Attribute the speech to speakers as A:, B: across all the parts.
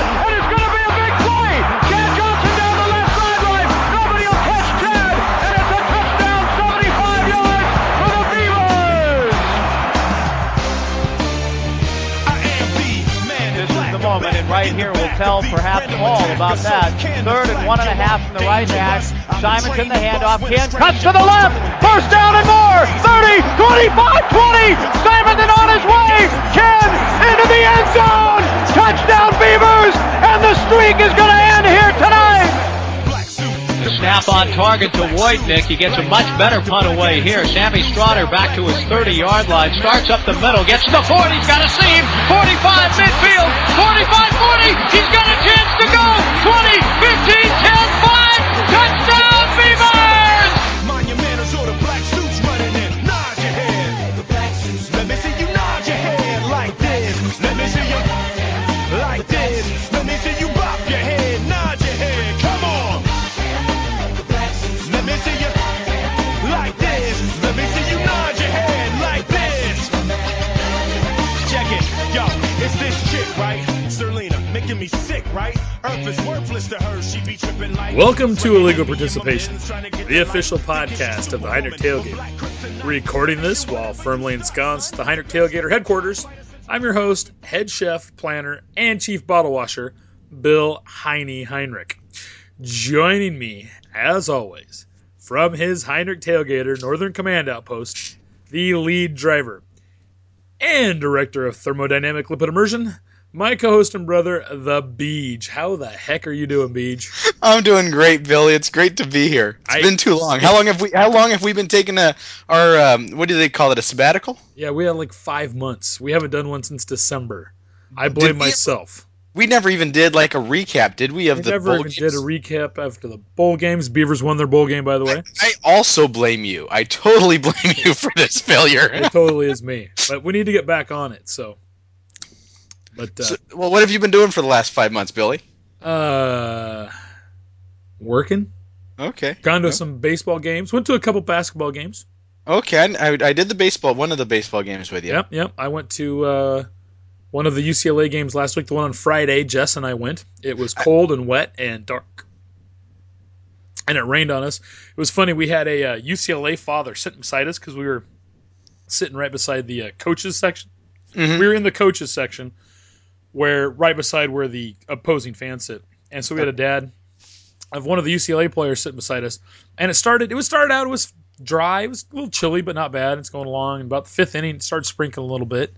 A: and it's going to be a big play. Chad Johnson down the left sideline. Nobody will catch Chad, and it's a touchdown, 75 yards for the Beavers. This is the moment, and right here will tell perhaps all about that. Third and one and a half from the right hash. Simons in the handoff. Can cuts to the left. First down and more. 30, 25, 20. Simonton on his way. Ken into the end zone. Touchdown Beavers, and the streak is going to end here tonight.
B: The snap on target to Wojtnik. He gets a much better punt away here. Sammy Strotter back to his 30-yard line. Starts up the middle. Gets to the 40. He's got a seam. 45 midfield. 45-40. He's got a chance to go. 20, 15, 10, 5. Touchdown, Beavers!
C: Monumentals or the black suits running in. Nod your head. The black suits. Let me see you nod your head like this. Let me see you like this. Let me see you bop your head. Nod your head. Come on. Let me see you like this. Let me see you nod your head like this. Check it, yo. It's this shit, right? Serlina, making me sick, right? Earth is worthless to her. She be tripping like.
D: Welcome to Illegal Participation, the official podcast of the Heinrich Tailgate. Recording this while firmly ensconced at the Heinrich Tailgater headquarters, I'm your host, head chef, planner, and chief bottle washer, Bill Heine Heinrich. Joining me, as always, from his Heinrich Tailgater Northern Command Outpost, the lead driver and director of thermodynamic lipid immersion, my co-host and brother, the Beej. How the heck are you doing, Beej?
E: I'm doing great, Billy. It's great to be here. It's
D: I-
E: been too long. How long have we? How long have we been taking a our um, what do they call it? A sabbatical?
D: Yeah, we had like five months. We haven't done one since December. I blame
E: we-
D: myself.
E: We never even did like a recap, did we? Of
D: We
E: the
D: never
E: bowl
D: even did
E: games?
D: a recap after the bowl games. Beavers won their bowl game, by the way.
E: I also blame you. I totally blame you for this failure.
D: It totally is me. But we need to get back on it. So, but uh,
E: So, well, what have you been doing for the last five months, Billy?
D: uh working.
E: Okay.
D: Gone to some baseball games. Went to a couple basketball games.
E: Okay. I, I, I did the baseball. One of the baseball games with you.
D: Yep, yep. I went to uh, one of the UCLA games last week. The one on Friday, Jess and I went. It was cold and wet and dark, and it rained on us. It was funny. We had a uh, UCLA father sitting beside us because we were sitting right beside the uh, coaches section.
E: Mhm.
D: We were in the coaches section, where right beside where the opposing fans sit, and so we had a dad of one of the UCLA players sitting beside us, and it started. It was started out. It was dry. It was a little chilly, but not bad. It's going along. About the fifth inning, it started sprinkling a little bit,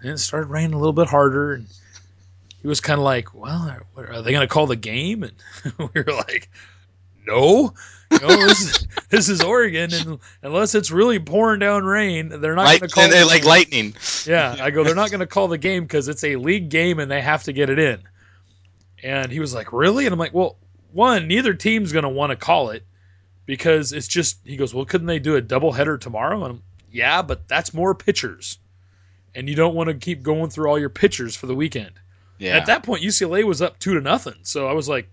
D: and it started raining a little bit harder. And he was kind of like, "Well, are, what- are they going to call the game?" And we were like, "No, no, this, is- this is Oregon, and unless it's really pouring down rain, they're not going to
E: Light,
D: call
E: and
D: the
E: they like
D: game."
E: lightning.
D: Yeah, I go, they're not going to call the game because it's a league game and they have to get it in. And he was like, really? And I'm like, well, one, neither team's going to want to call it because it's just, he goes, well, couldn't they do a doubleheader tomorrow? And I'm, yeah, but that's more pitchers. And you don't want to keep going through all your pitchers for the weekend.
E: Yeah.
D: At that point, UCLA was up two to nothing. So I was like,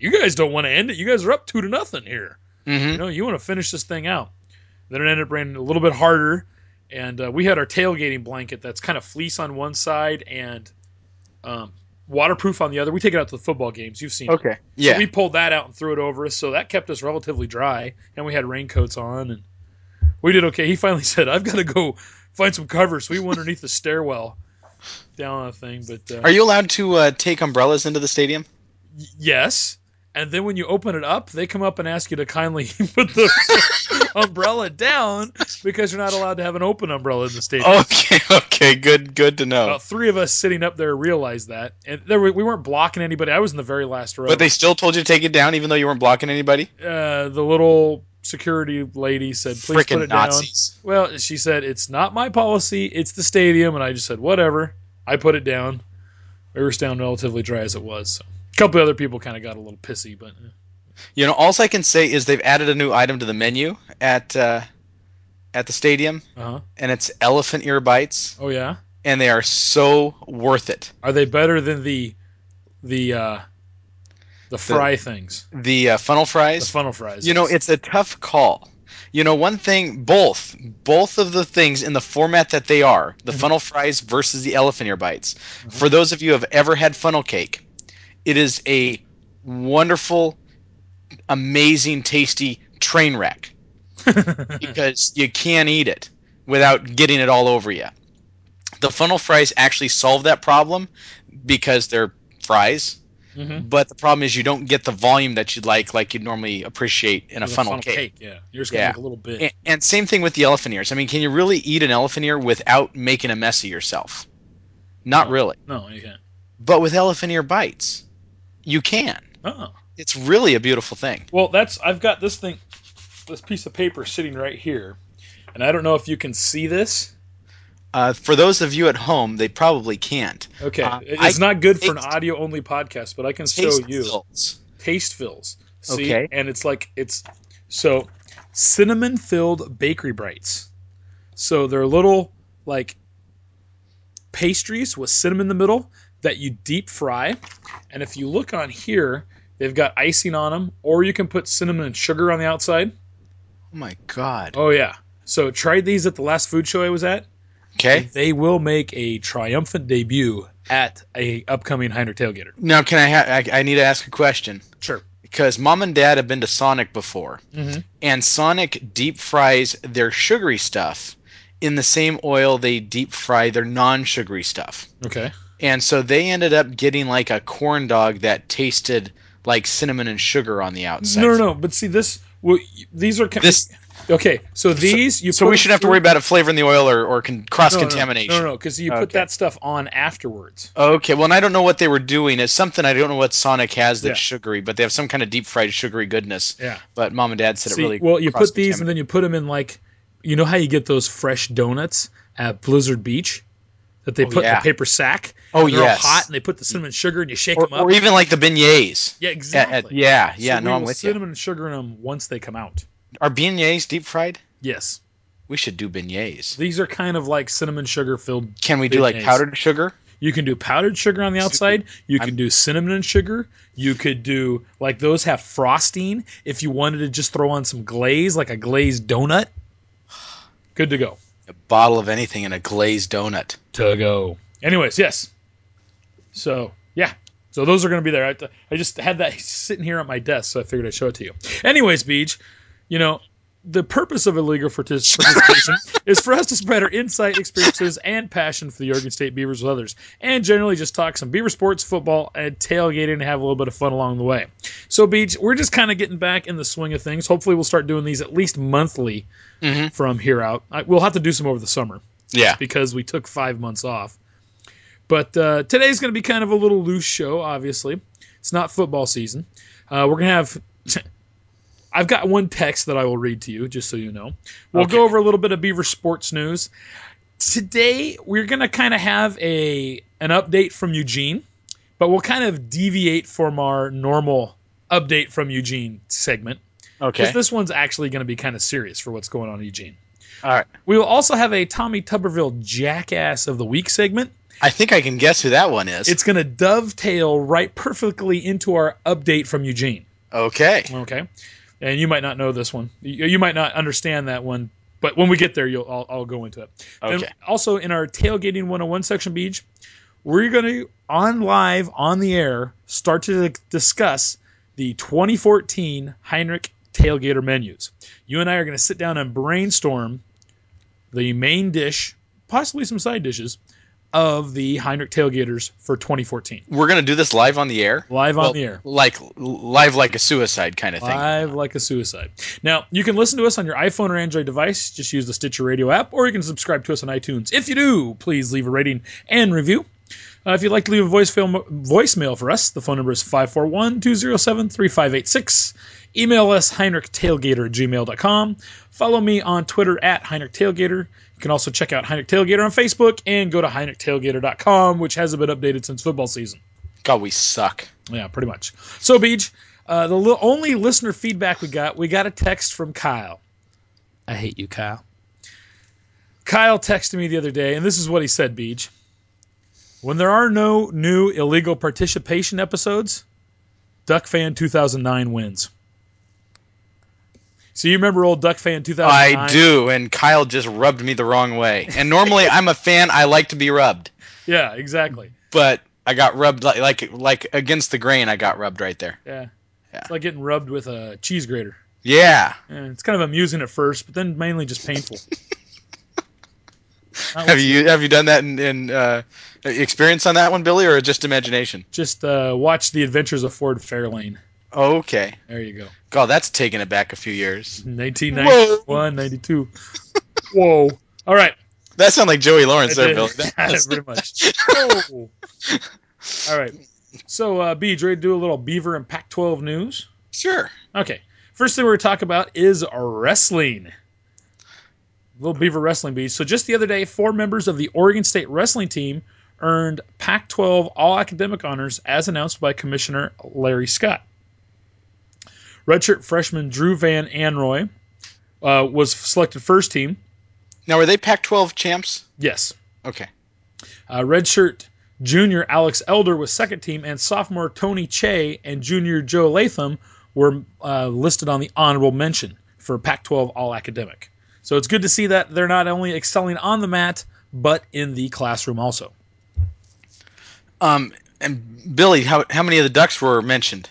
D: you guys don't want to end it. You guys are up two to nothing here.
E: Mhm.
D: You know, you want to finish this thing out. Then it ended up raining a little bit harder, and uh, we had our tailgating blanket that's kind of fleece on one side and um, waterproof on the other. We take it out to the football games. You've seen. it.
E: Okay. Yeah.
D: We pulled that out and threw it over us, so that kept us relatively dry, and we had raincoats on, and we did okay. He finally said, "I've got to go find some cover," so we went underneath the stairwell down on the thing. But uh,
E: Are you allowed to uh, take umbrellas into the stadium?
D: Yes. And then when you open it up, they come up and ask you to kindly put the umbrella down because you're not allowed to have an open umbrella in the stadium.
E: Okay. Okay. Good. Good to know.
D: About three of us sitting up there realized that, and there were, we weren't blocking anybody. I was in the very last row.
E: But they still told you to take it down, even though you weren't blocking anybody.
D: uh, the little security lady said, "Please put
E: Frickin'
D: it
E: Nazis!
D: down." Well, she said, "It's not my policy. It's the stadium." And I just said, "Whatever." I put it down. We were down relatively dry as it was. So. A couple other people kind of got a little pissy, but uh,
E: You know, all I can say is they've added a new item to the menu at uh, at the stadium,
D: Uh huh.
E: and it's elephant ear bites,
D: Oh yeah.
E: and they are so worth it.
D: Are they better than the the uh, the fry things?
E: The uh, funnel
D: The
E: fries,
D: funnel fries.
E: you know,
D: yes.
E: it's a tough call. You know, one thing, both both of the things in the format that they are, the funnel fries versus the elephant ear bites. For those of you who have ever had funnel cake, it is a wonderful, amazing, tasty train wreck. because you can't eat it without getting it all over you. The funnel fries actually solve that problem because they're fries, but the problem is you don't get the volume that you'd like, like you'd normally appreciate in a
D: With
E: funnel, cake.
D: Yeah, you're just gonna
E: Yeah.
D: make a little bit.
E: And, and same thing with the elephant ears. I mean, can you really eat an elephant ear without making a mess of yourself? Not really.
D: No, you can't.
E: But with elephant ear bites, you can.
D: Oh,
E: It's really a beautiful thing.
D: well, that's I've got this thing, this piece of paper sitting right here, and I don't know if you can see this.
E: Uh, for those of you at home, they probably can't.
D: Okay,
E: Uh,
D: it's
E: I
D: not good for an
E: taste-
D: audio only podcast, but I can show
E: Taste
D: you
E: results.
D: taste fills. See,
E: Okay.
D: and it's like it's so cinnamon filled bakery bites. So they're little like pastries with cinnamon in the middle that you deep fry. And if you look on here, they've got icing on them, or you can put cinnamon and sugar on the outside.
E: Oh my god.
D: Oh yeah. So tried these at the last food show I was at.
E: Okay.
D: They will make a triumphant debut at a upcoming Heiner tailgater.
E: Now, can I, ha- I? I need to ask a question
D: Sure. Mm-hmm.
E: because mom and dad have been to Sonic before, and Sonic deep fries their sugary stuff in the same oil they deep fry their non-sugary stuff,
D: Okay.
E: and so they ended up getting like a corn dog that tasted like cinnamon and sugar on the outside.
D: No, no, no. But see, this well, y- these are ki-
E: This-
D: Okay, so these you.
E: So
D: put
E: we shouldn't have to worry about it flavoring the oil or, or con- cross
D: No, no,
E: contamination.
D: No, no, because you put
E: Okay.
D: that stuff on afterwards.
E: Okay, well, and I don't know what they were doing. It's something I don't know what Sonic has that's
D: Yeah.
E: sugary, but they have some kind of deep fried sugary goodness.
D: Yeah.
E: But mom and dad said
D: See,
E: it really.
D: well, you put these and
E: cross-contaminated.
D: then you put them in like, you know how you get those fresh donuts at Blizzard Beach, that they put in
E: Oh, yeah.
D: a paper sack.
E: Oh,
D: and they're all
E: yes.
D: hot, and they put the cinnamon sugar and you shake them
E: or,
D: up.
E: or even like the beignets.
D: yeah,
E: At-
D: exactly.
E: at- yeah, yeah.
D: So we
E: no, I'm
D: will
E: with
D: cinnamon and sugar in them once they come out.
E: you. Are beignets deep fried?
D: Yes,
E: We should do beignets.
D: these are kind of like cinnamon sugar filled.
E: Can we do like
D: beignets.
E: powdered sugar?
D: You can do powdered sugar on the outside. You can
E: I'm-
D: do cinnamon and sugar. You could do like those have frosting. If you wanted to just throw on some glaze, like a glazed donut, good to go.
E: A bottle of anything and a glazed donut.
D: To go. Anyways, yes. So yeah, so those are going to be there. I, I just had that sitting here at my desk, so I figured I'd show it to you. Anyways, Beach, you know. The purpose of illegal partic- participation is for us to spread our insight, experiences, and passion for the Oregon State Beavers with others, and generally just talk some Beaver sports, football, and tailgating, and have a little bit of fun along the way. So, Beach, we're just kind of getting back in the swing of things. Hopefully, we'll start doing these at least monthly from here out. I, we'll have to do some over the summer
E: Yeah.
D: because we took five months off. But uh, today's going to be kind of a little loose show, obviously. It's not football season. Uh, we're going to have. I've got one text that I will read to you, just so you know. We'll go over a little bit of Beaver sports news. Today, we're going to kind of have a an update from Eugene, but we'll kind of deviate from our normal update from Eugene segment because
E: Okay.
D: this one's actually going to be kind of serious for what's going on in Eugene.
E: All right.
D: We will also have a Tommy Tuberville Jackass of the Week segment.
E: I think I can guess who that one is.
D: It's going to dovetail right perfectly into our update from Eugene.
E: okay.
D: Okay. And you might not know this one. You, you might not understand that one, but when we get there, you'll I'll, I'll go into it. And
E: Okay.
D: also in our tailgating 101 section, Beach, we're going to on live on the air start to discuss the 2014 Heinrich tailgater menus. You and I are going to sit down and brainstorm the main dish, possibly some side dishes, of the Heinrich tailgaters for 2014.
E: We're gonna do this live on the air.
D: Live on
E: Well,
D: the air.
E: Like live, like a suicide kind of thing.
D: Live like a suicide. Now, you can listen to us on your iPhone or Android device. Just use the Stitcher Radio app, or you can subscribe to us on iTunes. If you do, please leave a rating and review. Uh, if you'd like to leave a voicemail, voicemail for us, the phone number is 541 207 3586. Email us, heinrichtailgater at gmail.com. Follow me on Twitter at heinrichtailgater. You can also check out Heinrich Tailgater on Facebook and go to heinrichtailgater.com, which hasn't been updated since football season.
E: God, we suck.
D: Yeah, pretty much. So, Beach, Uh, the li- only listener feedback we got, we got a text from Kyle. I hate you, Kyle. Kyle texted me the other day, and this is what he said, Beach. When there are no new illegal participation episodes, Duck Fan 2009 wins. So you remember old Duck Fan 2009?
E: I do, and Kyle just rubbed me the wrong way. And normally I'm a fan; I like to be rubbed,
D: Yeah, exactly.
E: but I got rubbed like like, like against the grain. I got rubbed right there.
D: Yeah. It's like getting rubbed with a cheese grater.
E: Yeah.
D: Yeah, it's kind of amusing at first, but then mainly just painful.
E: Have you have you done that in, in uh, experience on that one, Billy, or just imagination?
D: just uh, watch The Adventures of Ford Fairlane.
E: Okay.
D: There you go.
E: God, that's taking it back a few years.
D: 1991, 92. Whoa. All right.
E: That sounded like Joey Lawrence there, Billy.
D: Pretty much. Whoa. All right. So, uh, B, you ready to do a little Beaver and Pac 12 news?
E: Sure.
D: Okay. First thing we're going to talk about is wrestling. Little Beaver Wrestling Beach. So just the other day, four members of the Oregon State wrestling team earned Pac 12 All Academic Honors as announced by Commissioner Larry Scott. Redshirt freshman Drew Van Anroy uh, was selected first team.
E: Now, were they Pac-12 champs?
D: Yes.
E: Okay.
D: Uh, redshirt junior Alex Elder was second team, and sophomore Tony Che and junior Joe Latham were uh, listed on the honorable mention for Pac 12 All Academic. So it's good to see that they're not only excelling on the mat, but in the classroom also.
E: Um, and Billy, how how many of the Ducks were mentioned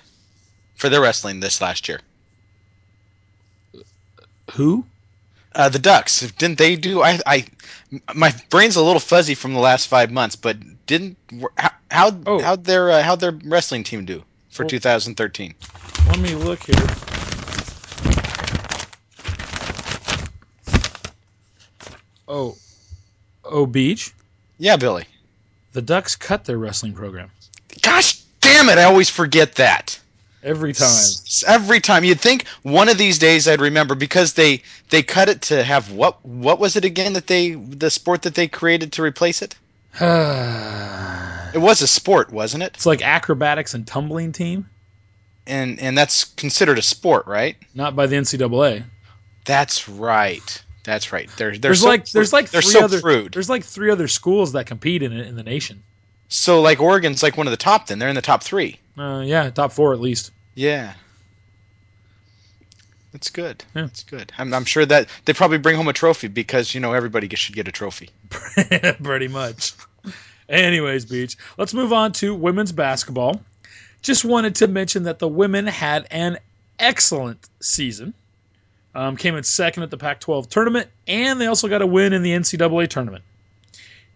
E: for their wrestling this last year?
D: Who?
E: Uh, the Ducks didn't they do? I, I, my brain's a little fuzzy from the last five months, but didn't how how
D: Oh.
E: how'd their uh, how'd their wrestling team do for 2013?
D: Let me look here. Oh, oh, Beach.
E: Yeah, Billy.
D: The Ducks cut their wrestling program
E: Gosh damn it! I always forget that.
D: every time.
E: S- Every time you'd think one of these days I'd remember because they they cut it to have what what was it again that they the sport that they created to replace it? It was a sport, wasn't it?
D: It's like acrobatics and tumbling team,
E: And and that's considered a sport, right?
D: not by the NCAA.
E: That's right. That's right. They're, they're
D: there's
E: so
D: like there's like
E: they're
D: three
E: so
D: other
E: prude.
D: there's like three other schools that compete in it in the nation.
E: So like Oregon's like one of the top. Then they're in the top three.
D: Uh, yeah, top four at least.
E: Yeah. That's good.
D: Yeah.
E: That's good. I'm, I'm sure that they probably bring home a trophy because you know everybody g- should get a trophy.
D: pretty much. Anyways, Beach, let's move on to women's basketball. Just wanted to mention that the women had an excellent season. Um, came in second at the Pac 12 tournament, and they also got a win in the NCAA tournament.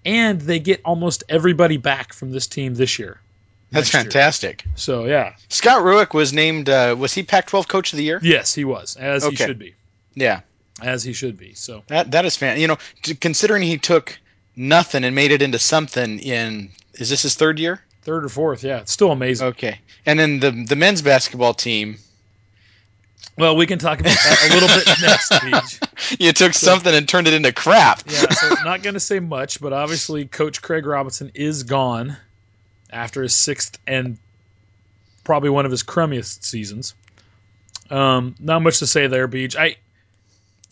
D: And they get almost everybody back from this team this year.
E: That's
D: Next year.
E: fantastic.
D: So, yeah.
E: Scott Ruick was named. Uh, was he Pac-12 Coach of the Year?
D: Yes, he was, as he
E: Okay.
D: should be.
E: Yeah.
D: As he should be. So,
E: That that is fan. You know, t- considering he took nothing and made it into something in. Is this his third year?
D: third or fourth, yeah. It's still amazing.
E: Okay. And then the the men's basketball team.
D: Well, we can talk about that a little bit next, Beach.
E: You took something and turned it into crap.
D: yeah, so not going to say much, but obviously Coach Craig Robinson is gone after his sixth and probably one of his crummiest seasons. Um, not much to say there, Beach. I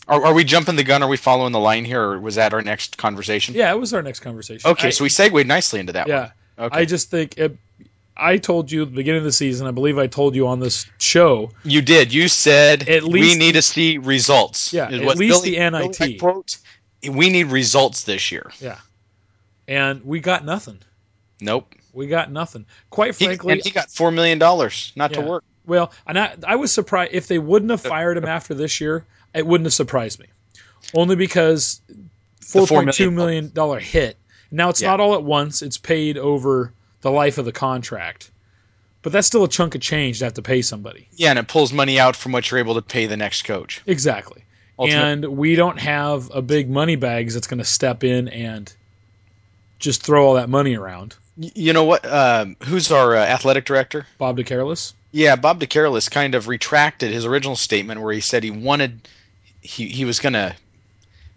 E: Are, are we jumping the gun? Are we following the line here, or was that our next conversation?
D: yeah, it was our next conversation.
E: Okay,
D: I-
E: so we segued nicely into that
D: yeah,
E: one. Okay.
D: I just think it, I told you at the beginning of the season. I believe I told you on this show.
E: you did. You said
D: At
E: we
D: least-
E: need to see results.
D: Yeah,
E: is
D: at
E: what
D: least the
E: Billy
D: NIT.
E: Beck quote. We need results this year.
D: Yeah, and we got nothing.
E: Nope.
D: We got nothing. Quite
E: He,
D: frankly,
E: and he got four million dollars not to
D: Yeah.
E: work.
D: Well, and I, I was surprised if they wouldn't have fired him after this year. It wouldn't have surprised me, only because four
E: $4 million
D: point two million dollar hit. Now it's
E: Yeah.
D: not all at once; it's paid over the life of the contract, but that's still a chunk of change to have to pay somebody.
E: Yeah, and it pulls money out from what you're able to pay the next coach.
D: Exactly,
E: Ultimately-
D: and we don't have a big money bags that's going to step in and just throw all that money around.
E: Y- You know what? Um, who's our uh, athletic director?
D: Bob DeCarlis.
E: Yeah, Bob DeCarlis kind of retracted his original statement where he said he wanted he he was gonna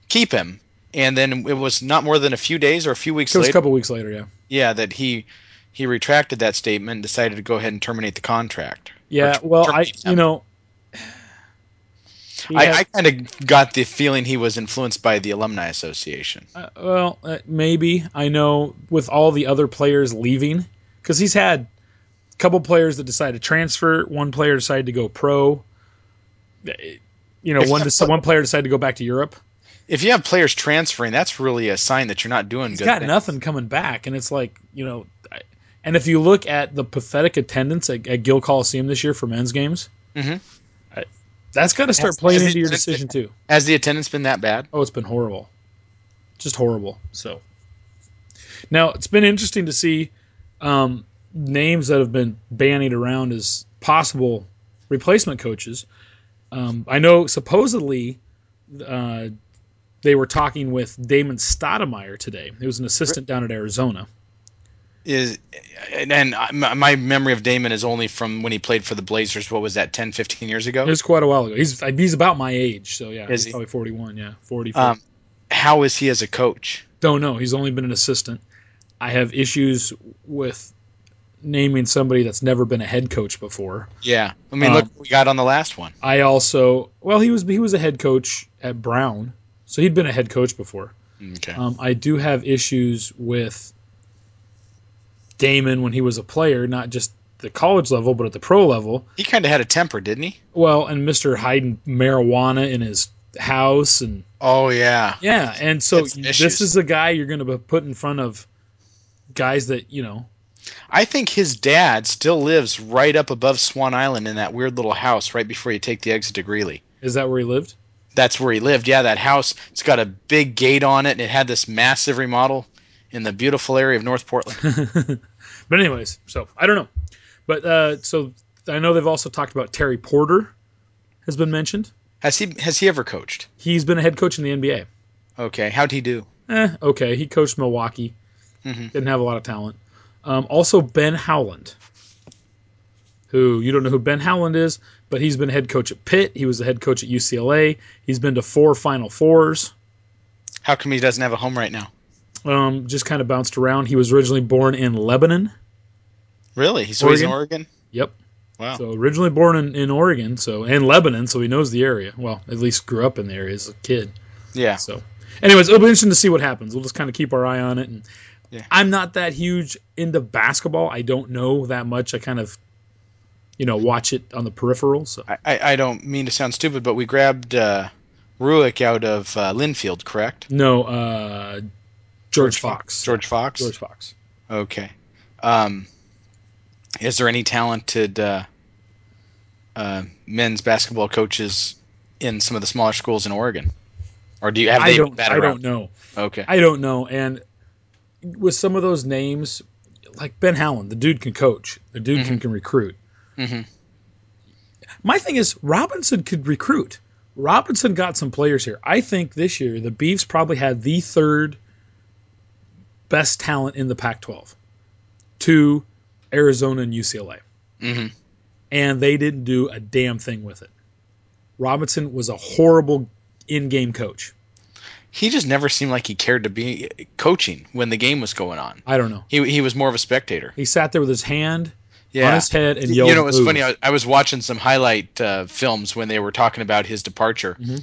E: keep him, and then it was not more than a few days or a few weeks
D: It was
E: later.
D: a couple weeks later, yeah.
E: Yeah, that he he retracted that statement and decided to go ahead and terminate the contract.
D: Yeah,
E: Or
D: well, I
E: Turkey
D: you know, he
E: I,
D: had-
E: I kind of got the feeling he was influenced by the alumni association.
D: Uh, well, uh, maybe I know with all the other players leaving because he's had a couple players that decided to transfer. One player decided to go pro. Eh, You know,
E: If
D: one
E: you-
D: dec- one player decided to go back to Europe.
E: If you have players transferring, that's really a sign that you're not doing
D: He's
E: good.
D: got
E: things.
D: nothing coming back, and it's like you know, I, and if you look at the pathetic attendance at, at Gill Coliseum this year for men's games,
E: Mhm.
D: I, that's got to start
E: Has-
D: playing
E: has
D: into
E: it-
D: your
E: has it-
D: decision too.
E: Has the attendance been that bad?
D: Oh, it's been horrible. Just horrible. So now it's been interesting to see um, names that have been bandied around as possible replacement coaches. Um, I know supposedly uh, they were talking with Damon Stoudemire today. He was an assistant down at Arizona.
E: Is and, and I- my my memory of Damon is only from when he played for the Blazers. What was that? 10, 15 years ago.
D: It was quite a while ago. He's he's about my age, so yeah,
E: Is
D: he's
E: he?
D: probably forty one. Yeah, forty.
E: Um, how is he as a coach?
D: Don't know. He's only been an assistant. I have issues with naming somebody that's never been a head coach before.
E: Yeah, I mean, look,
D: Um,
E: what we got on the last one.
D: I also, well, he was he was a head coach at Brown, so he'd been a head coach before.
E: Okay.
D: Um, I do have issues with Damon when he was a player, not just the college level, but at the pro level.
E: he kind of had a temper, didn't he?
D: Well, and Mister hiding marijuana in his house and
E: Oh yeah.
D: Yeah, and so
E: It's
D: this
E: issues.
D: is a guy you're going to put in front of guys that you know.
E: I think his dad still lives right up above Swan Island in that weird little house right before you take the exit to Greeley.
D: Is that where he lived?
E: That's where he lived. Yeah, that house. It's got a big gate on it, and it had this massive remodel in the beautiful area of North Portland.
D: But anyways, so I don't know, but uh, so I know they've also talked about Terry Porter has been mentioned.
E: has he has he ever coached?
D: He's been a head coach in the NBA.
E: Okay, how'd he do?
D: Eh, okay, he coached Milwaukee, didn't have a lot of talent. Um, also, Ben Howland, who you don't know who Ben Howland is, but he's been head coach at Pitt. He was the head coach at UCLA. He's been to four Final Fours.
E: How come he doesn't have a home right now?
D: um, just kind of bounced around. He was originally born in Lebanon.
E: Really? He's always in Oregon.
D: Yep.
E: Wow.
D: So originally born in, in Oregon, so and Lebanon, so he knows the area. Well, at least grew up in the area as a kid.
E: yeah.
D: So, anyways, it'll be interesting to see what happens. We'll just kind of keep our eye on it. And
E: Yeah.
D: I'm not that huge into basketball. I don't know that much. I kind of, you know, watch it on the peripheral. So
E: I, I, I don't mean to sound stupid, but we grabbed uh, Ruick out of uh, Linfield, correct?
D: no, uh, George, Fox.
E: George Fox.
D: George Fox.
E: Okay. Um, is there any talented uh, uh, men's basketball coaches in some of the smaller schools in Oregon, or do you have
D: I
E: they
D: don't.
E: that
D: I don't
E: around?
D: know.
E: Okay.
D: I don't know. And with some of those names, like Ben Howland, the dude can coach, the dude can, can recruit. My thing is, Robinson could recruit. Robinson got some players here. I think this year the Beavs probably had the third best talent in the Pac 12 to Arizona and UCLA. And they didn't do a damn thing with it. Robinson was a horrible in game coach.
E: he just never seemed like he cared to be coaching when the game was going on.
D: I don't know.
E: He he was more of a spectator.
D: He sat there with his hand
E: Yeah.
D: on his head and yelled.
E: you know, it was
D: "Boo."
E: funny. I, I was watching some highlight uh, films when they were talking about his departure,
D: Mm-hmm.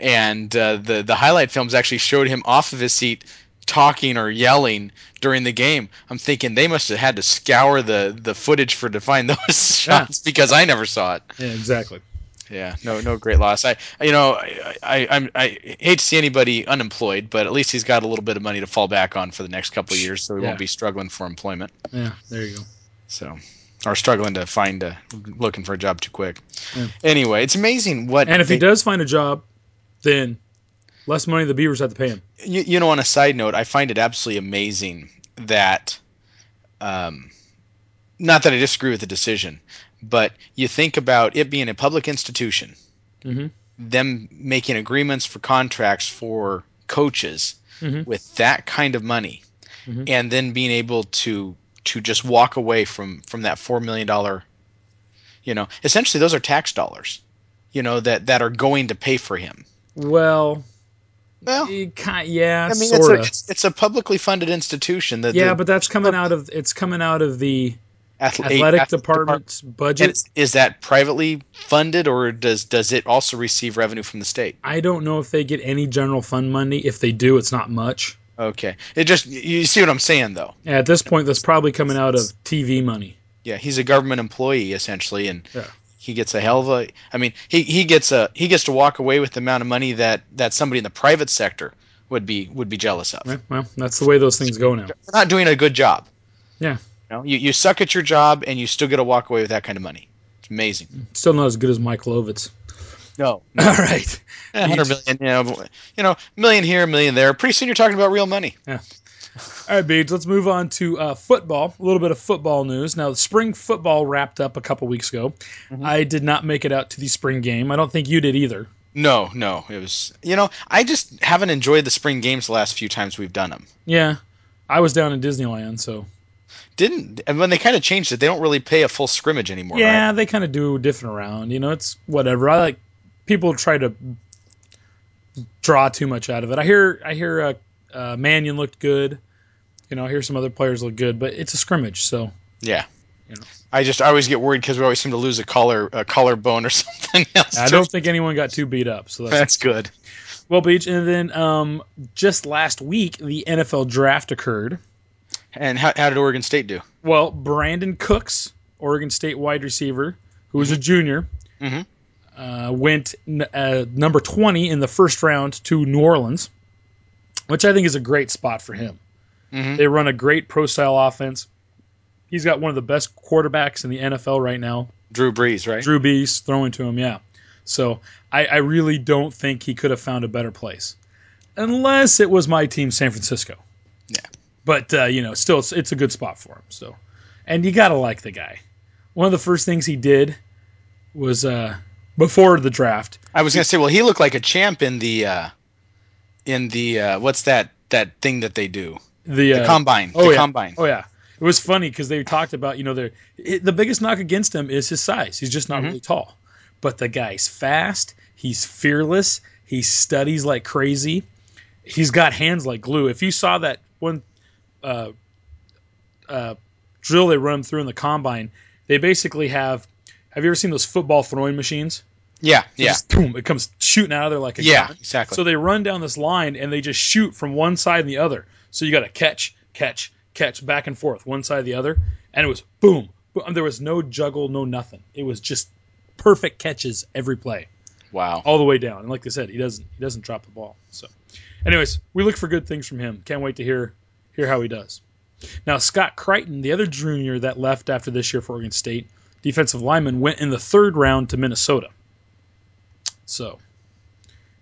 E: and uh, the the highlight films actually showed him off of his seat talking or yelling during the game. I'm thinking they must have had to scour the the footage for to find those shots because I never saw it.
D: Yeah, exactly.
E: Yeah, no, no great loss. I, you know, I, I, I'm, I hate to see anybody unemployed, but at least he's got a little bit of money to fall back on for the next couple of years, so he
D: Yeah.
E: won't be struggling for employment.
D: Yeah, there you go.
E: So, or struggling to find a, looking for a job too quick. Anyway, it's amazing what.
D: And if he
E: they-
D: does find a job, then less money the Beavers have to pay him.
E: you, you know, on a side note, I find it absolutely amazing that, um, not that I disagree with the decision, but you think about it being a public institution,
D: Mhm.
E: them making agreements for contracts for coaches
D: Mhm.
E: with that kind of money,
D: Mhm.
E: and then being able to to just walk away from from that four million dollar, you know, essentially those are tax dollars, you know that that are going to pay for him.
D: Well,
E: Well,
D: it ki- yeah,
E: Oh. I mean, it's a,
D: sort of.
E: it's, it's a publicly funded institution. That
D: Yeah,
E: the-
D: but that's coming out of it's coming out of the
E: Ath- a-
D: Athletic
E: ath-
D: department's
E: And
D: budget.
E: is- is that privately funded, or does does it also receive revenue from the state?
D: I don't know if they get any general fund money. If they do, it's not much.
E: Okay, it just you see what I'm saying though.
D: At this point, that's probably coming out of TV money.
E: Yeah, he's a government employee essentially, and
D: Yeah.
E: he gets a hell of a. I mean, he, he gets a he gets to walk away with the amount of money that that somebody in the private sector would be would be jealous of.
D: Yeah, well, that's the way those things go now.
E: We're not doing a good job.
D: Yeah,
E: You, know? you you suck at your job, and you still get to walk away with that kind of money. It's amazing.
D: still not as good as Mike Lovitz.
E: No,
D: All right.
E: a hundred million, you know, you know, million here, a million there. Pretty soon you're talking about real money.
D: All right, Beads, let's move on to uh, football. A little bit of football news. Now, spring football wrapped up a couple weeks ago. I did not make it out to the spring game. I don't think you did either.
E: No, no, it was. You know, I just haven't enjoyed the spring games the last few times we've done them.
D: Yeah, I was down in Disneyland, so.
E: Didn't and when they kind of changed it, they don't really pay a full scrimmage anymore.
D: Yeah,
E: right?
D: they kind of do different around. You know, it's whatever. I like people try to draw too much out of it. I hear, I hear, uh, uh, Mannion looked good. You know, I hear some other players look good, but it's a scrimmage, so
E: yeah.
D: You know.
E: I just I always get worried because we always seem to lose a collar a collarbone or something else.
D: I don't think anyone got too beat up. So that's
E: That's good.
D: Well, Beach, and then um, just last week the NFL draft occurred.
E: And how, how did Oregon State do?
D: Well, Brandon Cooks, Oregon State wide receiver, who was a junior,
E: Mhm.
D: uh, went n- uh, number twenty in the first round to New Orleans, which I think is a great spot for him.
E: Mhm.
D: They run a great pro style offense. He's got one of the best quarterbacks in the NFL right now.
E: Drew Brees, right?
D: Drew Brees throwing to him, yeah. So I, I really don't think he could have found a better place, unless it was my team, San Francisco.
E: Yeah.
D: But uh, you know, still, it's, it's a good spot for him. So, and you gotta like the guy. One of the first things he did was uh, before the draft.
E: I was gonna say, well, he looked like a champ in the uh, in the uh, what's that that thing that they do?
D: The,
E: The
D: uh,
E: combine.
D: Oh
E: the
D: yeah.
E: combine.
D: Oh yeah. It was funny because they talked about you know their it, the biggest knock against him is his size. He's just not
E: Mm-hmm.
D: really tall, but the guy's fast. He's fearless. He studies like crazy. He's got hands like glue. If you saw that one uh, uh, drill they run through in the combine, they basically have. Have you ever seen those football throwing machines?
E: Yeah.
D: It
E: Yeah.
D: just, boom, it comes shooting out of there like a
E: Yeah,
D: gun.
E: exactly.
D: So they run down this line and they just shoot from one side and the other. So you got to catch, catch, catch back and forth, one side or the other, and it was boom. boom. There was no juggle, no nothing. It was just perfect catches every play,
E: Wow.
D: all the way down. And like I said, he doesn't he doesn't drop the ball. So, anyways, we look for good things from him. Can't wait to hear hear how he does. Now Scott Crichton, the other junior that left after this year for Oregon State, defensive lineman, went in the third round to Minnesota. So,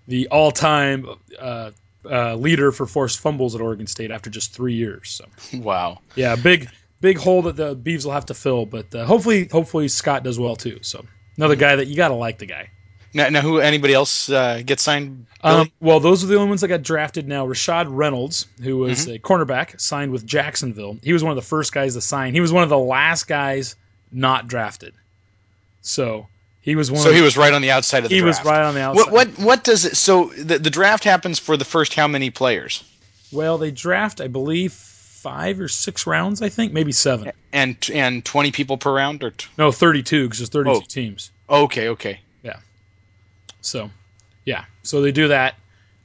D: the all-time uh, uh, leader for forced fumbles at Oregon State after just three years. So,
E: Wow.
D: yeah, big big hole that the Beavs will have to fill. But uh, hopefully, hopefully Scott does well too. So, another guy that you gotta like the guy.
E: Now, now who anybody else uh, gets signed? Billy?
D: Um, well, those are the only ones that got drafted now. Rashad Reynolds, who
E: Mm-hmm.
D: was a cornerback, signed with Jacksonville. He was one of the first guys to sign. He was one of the last guys not drafted. So he was one.
E: so
D: of,
E: he was right on the outside of the
D: he was
E: draft.
D: right on the outside.
E: What what what does it? So the, the draft happens for the first how many players?
D: Well, they draft, I believe, five or six rounds. I think maybe seven.
E: And and twenty people per round or t-
D: No, thirty-two because there's thirty-two
E: Oh.
D: teams.
E: okay okay.
D: So, yeah. So they do that.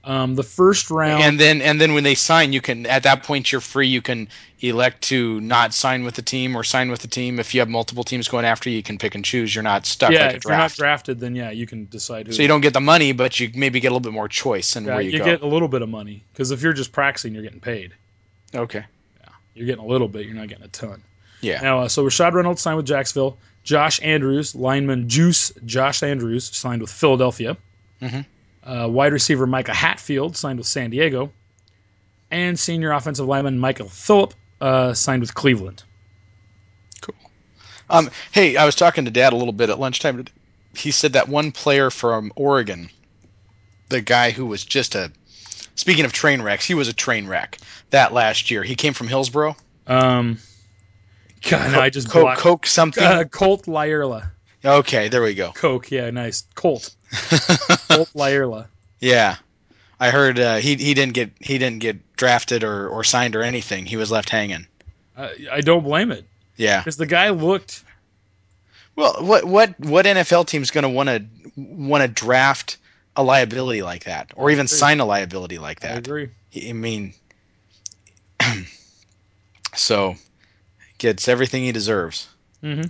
D: Um, the first round.
E: And then and then when they sign, you can at that point you're free. You can elect to not sign with the team or sign with the team. If you have multiple teams going after you, you can pick and choose. You're not stuck
D: yeah,
E: like a
D: if you're not
E: draft.
D: drafted, then yeah, you can decide who.
E: so you don't get the money, but you maybe get a little bit more choice in
D: Yeah,
E: where
D: you
E: you, go.
D: get a little bit of money because if you're just practicing, you're getting paid.
E: okay.
D: You're getting a little bit. You're not getting a ton.
E: Yeah.
D: Now, uh, so Rashad Reynolds signed with Jacksonville. Josh Andrews, lineman Juice Josh Andrews, signed with Philadelphia.
E: Mhm.
D: Uh, wide receiver Micah Hatfield signed with San Diego, and senior offensive lineman Michael Phillip uh, signed with Cleveland.
E: Um, hey, I was talking to Dad a little bit at lunchtime. He said that one player from Oregon, the guy who was just a. Speaking of train wrecks, he was a train wreck that last year. He came from Hillsboro.
D: Um, God, no, I just
E: Coke,
D: blocked.
E: Coke something.
D: Uh, Colt Lyerla.
E: okay, there we go.
D: Coke, yeah, nice. Colt. Colt Lyerla.
E: Yeah, I heard uh, he he didn't get he didn't get drafted or, or signed or anything. He was left hanging.
D: Uh, I, I don't blame it.
E: Yeah.
D: because the guy looked
E: Well, what what what NFL team's going to want to want to draft a liability like that, or even sign a liability like
D: I
E: that?
D: agree.
E: I mean, so gets everything he deserves.
D: Mhm.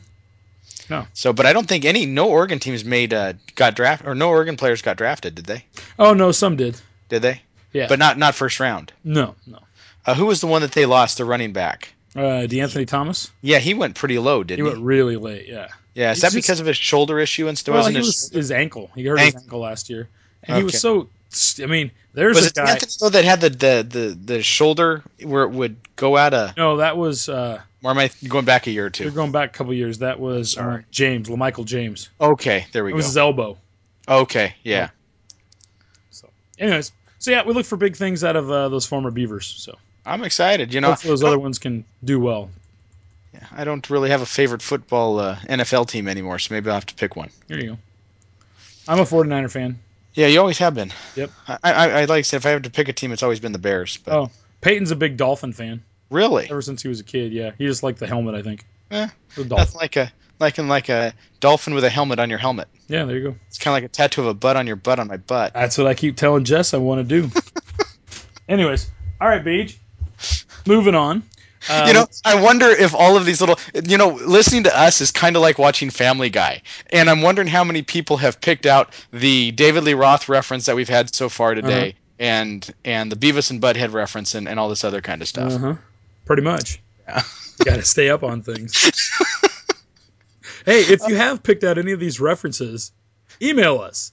D: No.
E: So, but I don't think any no Oregon teams made uh, got draft or no Oregon players got drafted. Did they?
D: Oh no, some did.
E: Did they?
D: Yeah.
E: But not not first round.
D: No, no.
E: Uh, who was the one that they lost? The running back.
D: Uh, D'Anthony Thomas.
E: Yeah, he went pretty low, didn't
D: He
E: he?
D: went really late. Yeah.
E: yeah, is
D: he's
E: that
D: just-
E: because of his shoulder issue and stuff?
D: Well,
E: Wasn't
D: he
E: his-
D: was his ankle. He hurt
E: Ankle.
D: his ankle last year, and he was
E: Okay.
D: so. I mean, there's
E: was
D: a
E: it
D: guy.
E: Anthony though that had the, the, the, the shoulder where it would go out a?
D: No, that was. Uh,
E: Or am I going back a year or
D: you're
E: two?
D: going back a couple years. That was uh,
E: Sorry.
D: James Lamichael James.
E: Okay, there we
D: It
E: go.
D: was his elbow.
E: Okay, yeah.
D: So, anyways, so yeah, we look for big things out of uh, those former Beavers. So
E: I'm excited. You know,
D: hopefully those other ones can do well.
E: I don't really have a favorite football uh, NFL team anymore, so maybe I'll have to pick one.
D: Here you go. I'm a 49er fan.
E: Yeah, you always have been.
D: Yep.
E: I, I, I like I said, if I have to pick a team, it's always been the Bears. But
D: Oh, Peyton's a big Dolphin fan.
E: really,
D: Ever since he was a kid, yeah, he just liked the helmet. I think.
E: Eh,
D: The
E: that's
D: Dolphin.
E: like a like in like a dolphin with a helmet on your helmet.
D: Yeah, there you go.
E: It's kind of like a tattoo of a butt on your butt on my butt.
D: That's what I keep telling Jess I want to do. Anyways, all right, Beach. Moving on. Uh,
E: you know, I wonder if all of these little, you know, listening to us is kind of like watching Family Guy, and I'm wondering how many people have picked out the David Lee Roth reference that we've had so
D: Uh-huh.
E: far today, and and the Beavis and Butthead reference, and, and all this other kind of stuff.
D: Uh-huh. Pretty much. Got to stay up on things. hey, if
E: Uh,
D: you have picked out any of these references, email us.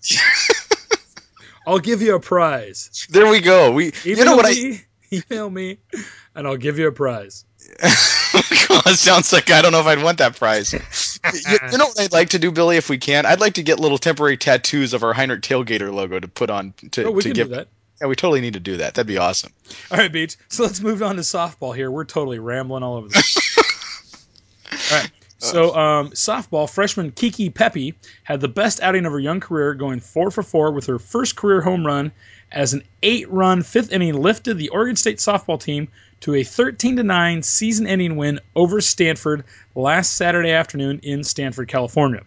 D: I'll give you a prize.
E: There we go. We,
D: Email
E: you know what I?
D: me, email me, and I'll give you a prize.
E: God, sounds like I don't know if I'd want that prize. you, you know what I'd like to do, Billy, if we can? I'd like to get little temporary tattoos of our Heinrich Tailgater logo to put on to,
D: Oh, we
E: to
D: can
E: give.
D: do that.
E: Yeah, we totally need to do that. That'd be awesome.
D: All right, Beach. So let's move on to softball here. We're totally rambling all over the place. all right. So, um, softball freshman Kiki Pepe had the best outing of her young career, going four for four with her first career home run as an eight run fifth inning lifted the Oregon State softball team to a 13 9 season ending win over Stanford last Saturday afternoon in Stanford, California.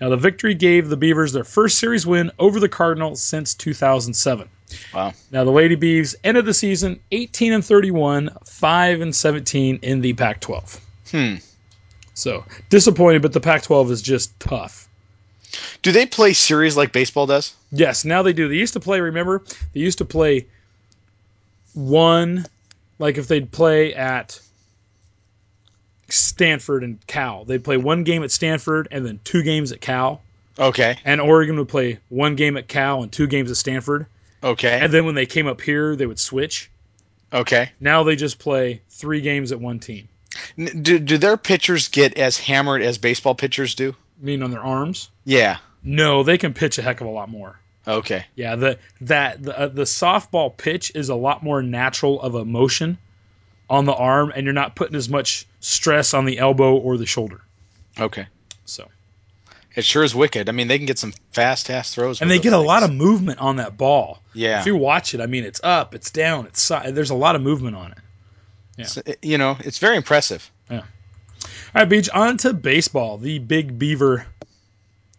D: Now, the victory gave the Beavers their first series win over the Cardinals since 2007.
E: Wow.
D: Now the Lady Beavs ended the season 18 and 31, 5 and 17 in the Pac-12.
E: Hmm.
D: So disappointed, but the Pac-12 is just tough.
E: Do they play series like baseball does?
D: Yes, now they do. They used to play. Remember, they used to play one, like if they'd play at Stanford and Cal, they'd play one game at Stanford and then two games at Cal,
E: Okay.
D: and Oregon would play one game at Cal and two games at Stanford.
E: Okay.
D: And then when they came up here, they would switch.
E: Okay.
D: Now they just play three games at one team.
E: N- Do, do their pitchers get as hammered as baseball pitchers do?
D: mean on their arms?
E: Yeah.
D: No, they can pitch a heck of a lot more.
E: Okay.
D: Yeah, the that the, uh, the softball pitch is a lot more natural of a motion on the arm, and you're not putting as much stress on the elbow or the shoulder.
E: Okay.
D: So,
E: It sure is wicked. I mean, they can get some fast ass throws.
D: and
E: with
D: they get
E: those
D: a lot
E: things.
D: of movement on that ball.
E: Yeah.
D: If you watch it, I mean, it's up, it's down, it's side. There's a lot of movement on it.
E: It's- You know, it's very impressive.
D: All right, Beach, on to baseball, the big beaver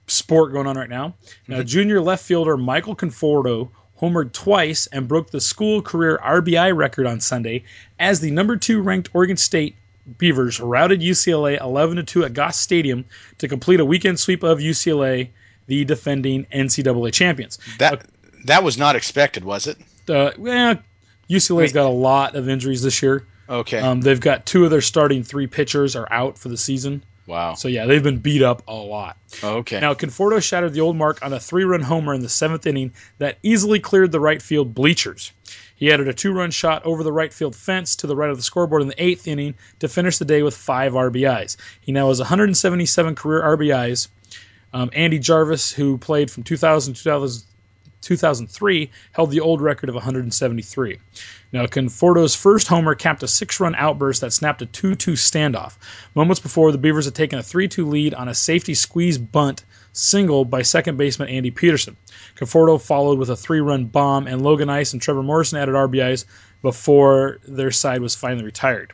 D: sport going on right now. Now, junior left fielder Michael Conforto homered twice and broke the school career RBI record on Sunday as the number two ranked Oregon State Beavers routed UCLA 11 2 at Goss Stadium to complete a weekend sweep of UCLA, the defending NCAA champions.
E: That that was not expected, was it?
D: Uh, well, UCLA's got a lot of injuries this year.
E: Okay.
D: Um, they've got two of their starting three pitchers are out for the season.
E: wow.
D: So yeah, they've been beat up a lot.
E: Okay.
D: Now Conforto shattered the old mark on a three-run homer in the seventh inning that easily cleared the right field bleachers. He added a two-run shot over the right field fence to the right of the scoreboard in the eighth inning to finish the day with five RBIs. He now has 177 career RBIs. Um, Andy Jarvis, who played from 2000 to 2000 2003 held the old record of 173. Now, Conforto's first homer capped a six run outburst that snapped a 2 2 standoff. Moments before, the Beavers had taken a 3 2 lead on a safety squeeze bunt single by second baseman Andy Peterson. Conforto followed with a three run bomb, and Logan Ice and Trevor Morrison added RBIs before their side was finally retired.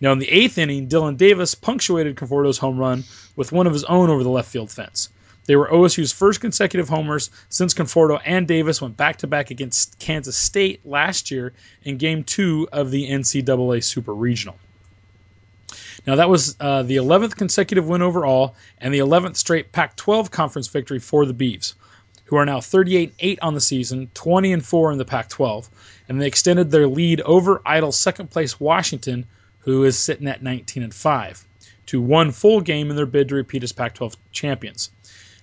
D: Now, in the eighth inning, Dylan Davis punctuated Conforto's home run with one of his own over the left field fence. They were OSU's first consecutive homers since Conforto and Davis went back to back against Kansas State last year in Game 2 of the NCAA Super Regional. Now, that was uh, the 11th consecutive win overall and the 11th straight Pac 12 conference victory for the Beavs, who are now 38 8 on the season, 20 and 4 in the Pac 12, and they extended their lead over idle second place Washington, who is sitting at 19 and 5, to one full game in their bid to repeat as Pac 12 champions.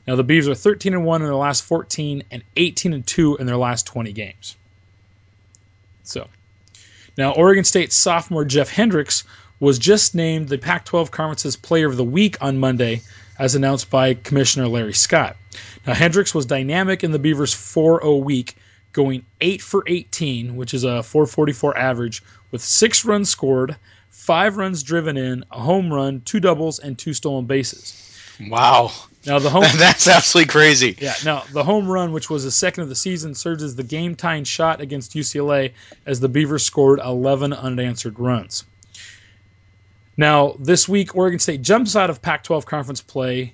D: Now, the Beavs are 13 and 1 in their last 14 and 18 and 2 in their last 20 games. So, now Oregon State sophomore Jeff Hendricks was just named the Pac 12 Conference's Player of the Week on Monday, as announced by Commissioner Larry Scott. Now, Hendricks was dynamic in the Beavers' 4 0 week, going 8 for 18, which is a 444 average, with six runs scored, five runs driven in, a home run, two doubles, and two stolen bases.
E: Wow.
D: Now, the home.
E: That's absolutely crazy.
D: Yeah. Now the home run, which was his second of the season, serves as the game-tying shot against UCLA as the Beavers scored 11 unanswered runs. Now this week, Oregon State jumps out of Pac-12 conference play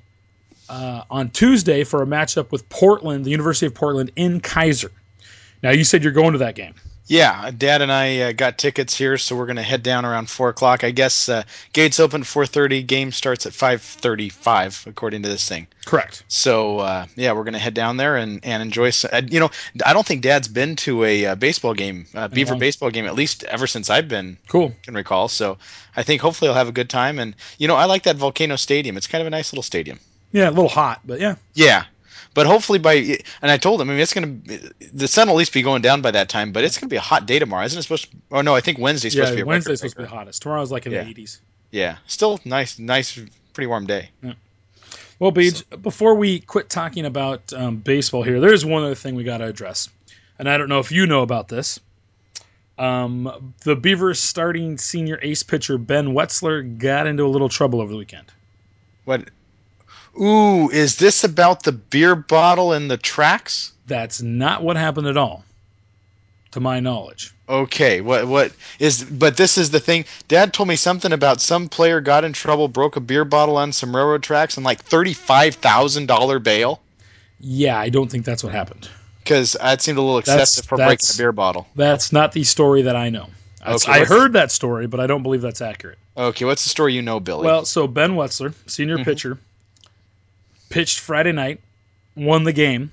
D: uh, on Tuesday for a matchup with Portland, the University of Portland in Kaiser. Now you said you're going to that game.
E: Yeah, Dad and I uh, got tickets here, so we're gonna head down around four o'clock. I guess uh, gates open four thirty. Game starts at five thirty-five, according to this thing.
D: Correct.
E: So uh, yeah, we're gonna head down there and and enjoy. Some, uh, you know, I don't think Dad's been to a uh, baseball game, uh, Beaver
D: long-
E: baseball game, at least ever since I've been
D: Cool.
E: can recall. So I think hopefully I'll have a good time. And you know, I like that Volcano Stadium. It's kind of a nice little stadium.
D: Yeah, a little hot, but yeah.
E: Yeah. But hopefully by and I told him I mean it's gonna be- the sun will at least be going down by that time but it's gonna be a hot day tomorrow isn't it supposed to oh no I think Wednesday's supposed
D: yeah,
E: to be a
D: Wednesday's
E: record
D: supposed to be the hottest. Tomorrow's like in
E: Yeah.
D: the 80s.
E: breaker. yeah still nice nice pretty warm day
D: Well, Beej, before we quit talking about um, baseball here, there's one other thing we got to address, and I don't know if you know about this. Um, the Beavers starting senior ace pitcher Ben Wetzler got into a little trouble over the weekend.
E: what ooh is this about the beer bottle and the tracks
D: That's not what happened at all, to my knowledge.
E: okay what what is but this is the thing Dad told me something about some player got in trouble broke a beer bottle on some railroad tracks and like thirty five thousand dollar bail
D: Yeah, I don't think that's what happened.
E: because that seemed a little
D: That's-
E: excessive for breaking
D: that's-
E: a beer bottle
D: That's not the story that I know. That's-
E: Okay,
D: I
E: what's-
D: heard that story, but I don't believe that's accurate.
E: okay what's the story you know Billy
D: Well, so Ben Wetzler, senior pitcher, pitched Friday night, won the game.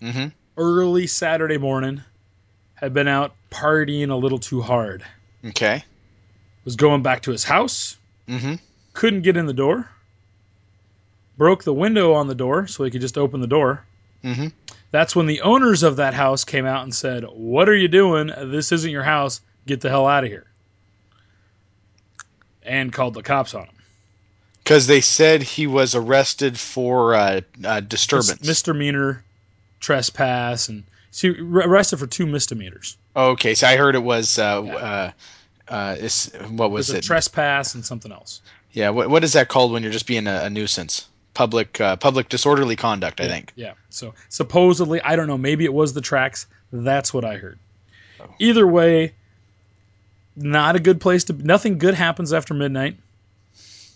E: Mhm.
D: Early Saturday morning, had been out partying a little too hard.
E: Okay.
D: Was going back to his house,
E: Mm-hmm.
D: couldn't get in the door. Broke the window on the door so he could just open the door.
E: Mhm.
D: That's when the owners of that house came out and said, "What are you doing? This isn't your house. Get the hell out of here." And called the cops on him.
E: Because they said he was arrested for uh, uh, disturbance.
D: misdemeanor trespass and she arrested for two misdemeanors.
E: Oh, okay, so I heard it was. Uh, uh, uh, it's, what was
D: There's a
E: it?
D: trespass and something else.
E: yeah. What, what is that called when you're just being a, a nuisance? Public uh, public disorderly conduct. I think.
D: Yeah. So supposedly, I don't know. Maybe it was the tracks. That's what I heard.
E: Oh.
D: Either way, not a good place to. Nothing good happens after midnight.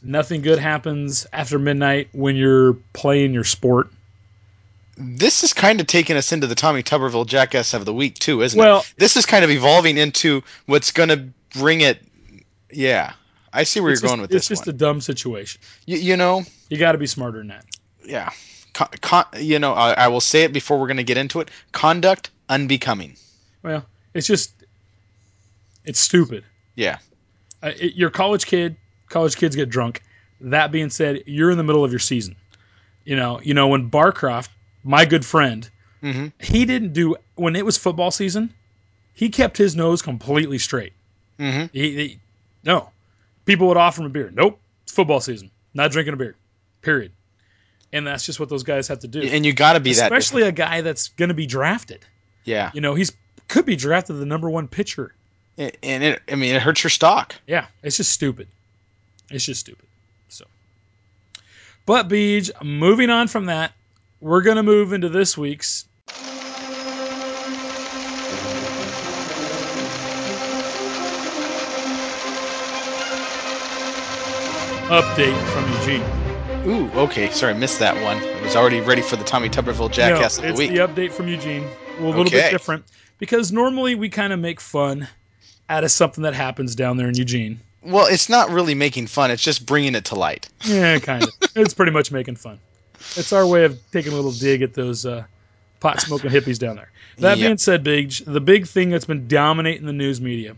D: Nothing good happens after midnight when you're playing your sport.
E: This is kind of taking us into the Tommy Tuberville Jackass of the Week too, isn't
D: Well-
E: it? This is kind of evolving into what's going to bring it. Yeah, I see where
D: it's
E: you're
D: just,
E: going with
D: it's
E: this
D: just
E: one.
D: a dumb situation.
E: Y- you know,
D: You got to be smarter than that.
E: yeah. Con- con- you know, I, I will say it before we're going to get into it. Conduct unbecoming.
D: Well, it's just it's stupid.
E: Yeah.
D: uh, it, you're a college kid. College kids get drunk. That being said, you're in the middle of your season. You know, you know when Barcroft, my good friend,
E: Mhm.
D: he didn't do when it was football season. He kept his nose completely straight.
E: Mhm.
D: He, he- no, people would offer him a beer. Nope, it's football season. Not drinking a beer. Period. And that's just what those guys have to do.
E: And you got to be that.
D: Especially a guy that's going to be drafted.
E: Yeah.
D: You know, he's could be drafted the number one pitcher.
E: And and it, I mean, it hurts your stock.
D: Yeah, it's just stupid. It's just stupid. So, but Beej, moving on from that, we're gonna move into this week's. Update from Eugene.
E: Ooh, okay. Sorry, I missed that one. I was already ready for the Tommy Tuberville
D: No,
E: Jackass of
D: it's
E: the week.
D: the update from Eugene. Well, a little bit
E: Okay.
D: different because normally we kind of make fun out of something that happens down there in Eugene.
E: well, it's not really making fun. It's just bringing it to light.
D: Yeah, kind of. it's pretty much making fun. It's our way of taking a little dig at those uh, pot smoking hippies down there. That
E: Yep.
D: being said, big the big thing that's been dominating the news media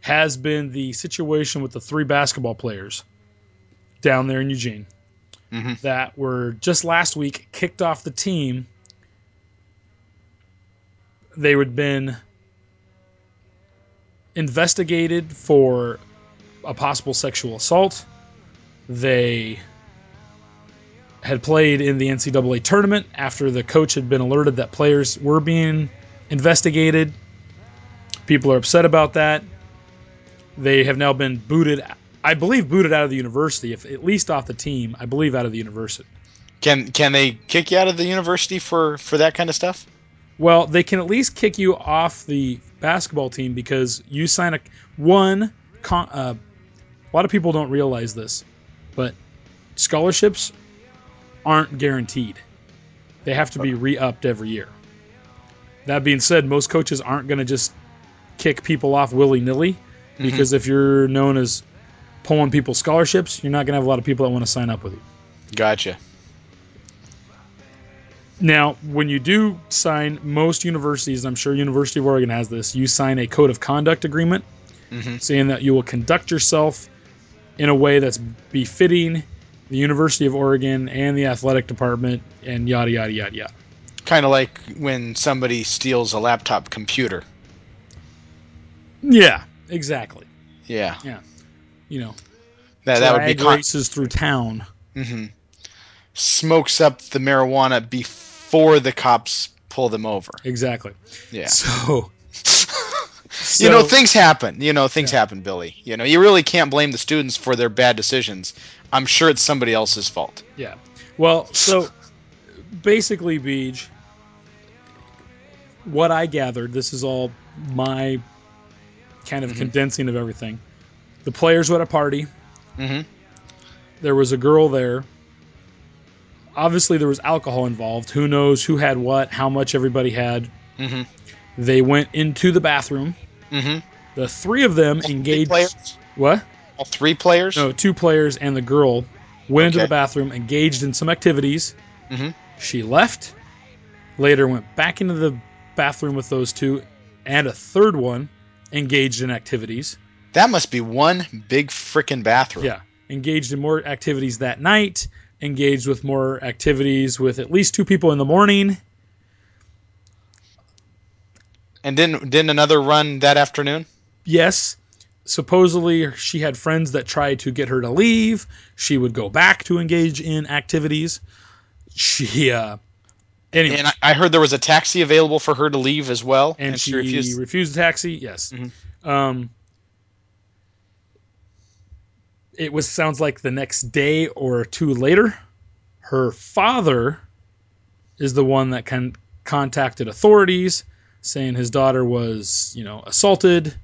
D: has been the situation with the three basketball players down there in Eugene
E: Mhm.
D: that were just last week kicked off the team. They had been investigated for a possible sexual assault. They had played in the NCAA tournament after the coach had been alerted that players were being investigated. People are upset about that. They have now been booted, I believe, booted out of the university, if at least off the team. I believe out of the university.
E: Can can they kick you out of the university for for that kind of stuff?
D: Well, they can at least kick you off the basketball team because you sign a one. Con, uh, a lot of people don't realize this, but scholarships aren't guaranteed. They have to be re-upped every year. That being said, most coaches aren't going to just kick people off willy-nilly because if you're known as pulling people's scholarships, you're not going to have a lot of people that want to sign up with you.
E: Gotcha.
D: Now, when you do sign, most universities, I'm sure University of Oregon has this, you sign a code of conduct agreement
E: Mm-hmm.
D: saying that you will conduct yourself in a way that's befitting the University of Oregon and the athletic department and yada, yada, yada, yada.
E: Kind of like when somebody steals a laptop computer.
D: Yeah, exactly.
E: Yeah.
D: You know,
E: That that would be
D: drag
E: con-
D: races through town.
E: smokes up the marijuana before the cops pull them over.
D: Exactly.
E: Yeah.
D: So,
E: you know
D: so-
E: things happen. You know things happen, Billy. You know you really can't blame the students for their bad decisions. I'm sure it's somebody else's fault.
D: Yeah. Well, so basically, Beej, what I gathered, this is all my kind of condensing of everything. The players were at a party. Mm-hmm.
E: Mhm.
D: There was a girl there. Obviously, there was alcohol involved. Who knows who had what, how much everybody had.
E: Mhm.
D: Mm-hmm. They went into the bathroom. Mm-hmm.
E: Mhm.
D: The three of them engaged.
E: Players,
D: What?
E: all three players.
D: No, two players and the girl went into
E: Okay.
D: the bathroom, engaged in some activities.
E: Mhm.
D: She left. Later, went back into the bathroom with those two, and a third one engaged in activities.
E: That must be one big freaking bathroom.
D: Yeah, engaged in more activities that night. Engaged with more activities with at least two people in the morning.
E: And didn't didn't another run that afternoon?
D: Yes, supposedly she had friends that tried to get her to leave. She would go back to engage in activities. She, uh, anyway,
E: And I, I heard there was a taxi available for her to leave as well,
D: and, she, refused. a taxi. Yes. Um, it was sounds like the next day or two later, her father is the one that con- contacted authorities saying his daughter was, you know, assaulted.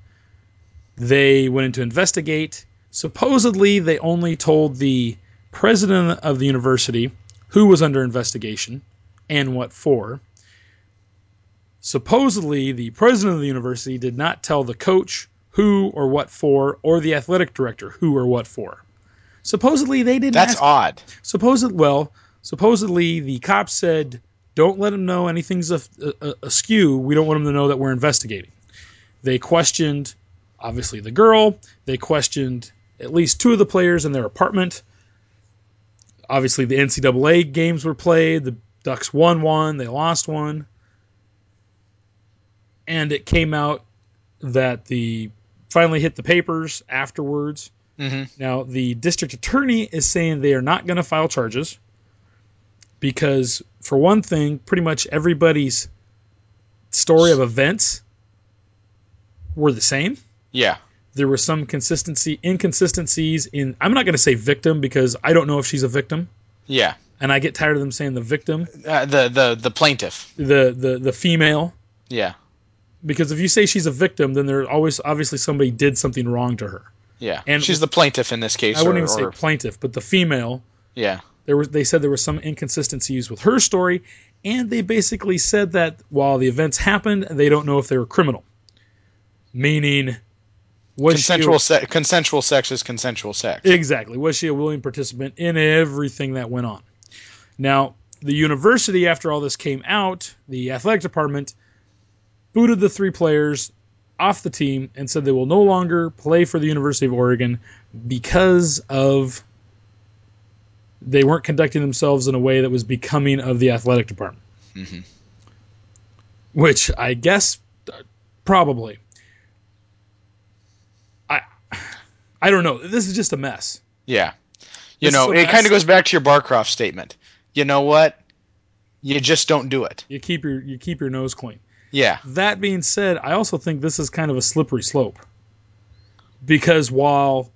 D: They went in to investigate. Supposedly, they only told the president of the university who was under investigation and what for supposedly the president of the university did not tell the coach who or what for or the athletic director who or what for supposedly they didn't
E: That's
D: ask
E: odd.
D: supposed well supposedly the cops said don't let them know anything's a, a, askew we don't want them to know that we're investigating they questioned obviously the girl they questioned at least two of the players in their apartment obviously the ncaa games were played the ducks won one they lost one and it came out that the finally hit the papers afterwards
E: Mhm.
D: now, the district attorney is saying they are not going to file charges because, for one thing, pretty much everybody's story of events were the same.
E: Yeah.
D: There were some consistency inconsistencies in. I'm not going to say victim because I don't know if she's a victim,
E: Yeah.
D: and I get tired of them saying the victim,
E: Uh, the the the plaintiff.
D: the the the female,
E: Yeah.
D: because if you say she's a victim, then there's always obviously somebody did something wrong to her.
E: Yeah.
D: And-
E: she's the plaintiff in this case.
D: I wouldn't
E: or-
D: even say
E: or-
D: plaintiff, but the female.
E: yeah.
D: There was they said there were some inconsistencies with her story, and they basically said that while the events happened, they don't know if they were criminal. Meaning, was
E: Consensual
D: she
E: se- consensual sex is consensual sex.
D: exactly was she a willing participant in everything that went on? Now, the university, after all this came out, the athletic department booted the three players off the team and said they will no longer play for the University of Oregon because of they weren't conducting themselves in a way that was becoming of the athletic department.
E: Mm-hmm.
D: Which I guess uh, probably. I I don't know. This is just a mess.
E: Yeah.
D: This
E: You
D: is a
E: know, it
D: mess.
E: kind of goes back to your Barcroft statement. You know what? You just don't do it.
D: You keep your you keep your nose clean.
E: Yeah.
D: That being said, I also think this is kind of a slippery slope. Because while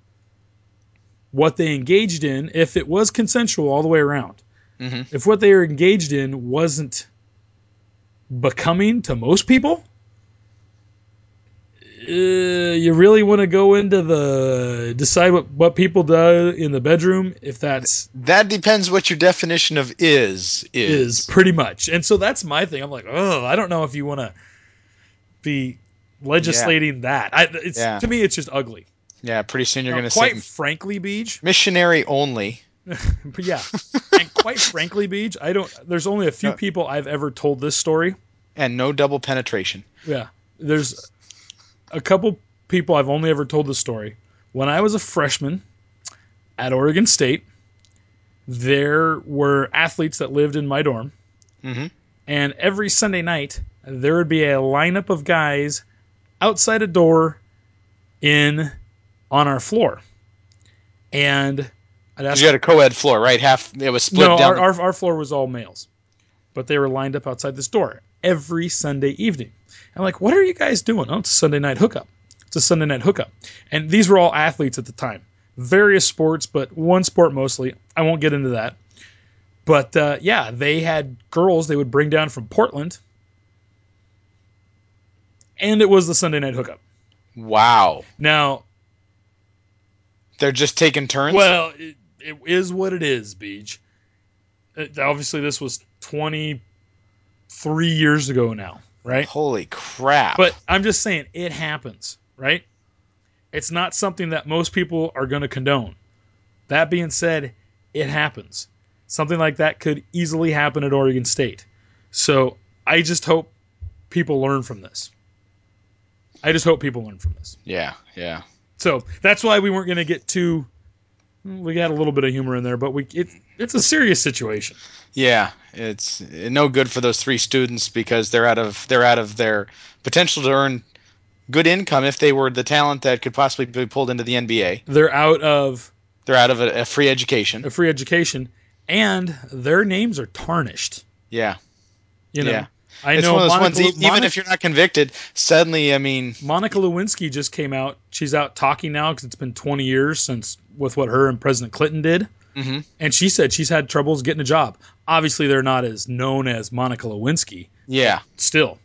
D: what they engaged in, if it was consensual all the way around,
E: Mhm.
D: if what they were engaged in wasn't becoming to most people, uh, you really want to go into the decide what, what people do in the bedroom if that's
E: That depends what your definition of is is.
D: is pretty much. And so that's my thing. I'm like, oh, I don't know if you want to be legislating that. I, it's
E: Yeah.
D: to me, it's just ugly.
E: Yeah, pretty soon you're
D: Now,
E: going to
D: quite
E: say
D: frankly, Beej,
E: missionary only.
D: but yeah, and quite frankly, Beej, I don't. There's only a few
E: No.
D: people I've ever told this story.
E: and no double penetration.
D: Yeah, there's a couple people I've only ever told this story. When I was a freshman at Oregon State, there were athletes that lived in my dorm.
E: Mhm.
D: And every Sunday night, there would be a lineup of guys outside a door in on our floor. And I'd ask,
E: You got a co-ed floor, right? Half it was split
D: no,
E: down.
D: our, our, our floor was all males, but they were lined up outside this door every Sunday evening. I'm like, what are you guys doing? Oh, it's a Sunday night hookup. It's a Sunday night hookup. And these were all athletes at the time, various sports, but one sport mostly. I won't get into that. But uh, yeah, they had girls they would bring down from Portland, and it was the Sunday night hookup.
E: wow,
D: Now,
E: they're just taking turns.
D: Well, it, it is what it is, Beach. It- obviously, this was 23 years ago now, right?
E: Holy crap!
D: But I'm just saying, it happens, right? It's not something that most people are going to condone. That being said, it happens. Something like that could easily happen at Oregon State. So I just hope people learn from this. I just hope people learn from this.
E: yeah, yeah,
D: So that's why we weren't going to get too. We got a little bit of humor in there, but we it, it's a serious situation.
E: yeah. It's eh, no good for those three students because they're out of they're out of their potential to earn good income if they were the talent that could possibly be pulled into the NBA.
D: They're out of
E: They're out of a, a free education.
D: a free education, and their names are tarnished.
E: Yeah,
D: You know,
E: Yeah.
D: I
E: it's
D: know
E: one of those
D: Monica,
E: ones. e-
D: Lew-
E: Even
D: Monica,
E: if you're not convicted, suddenly, I mean,
D: Monica Lewinsky just came out. She's out talking now because it's been 20 years since with what her and President Clinton did,
E: Mhm.
D: and she said she's had troubles getting a job. Obviously, they're not as known as Monica Lewinsky
E: yeah.
D: still.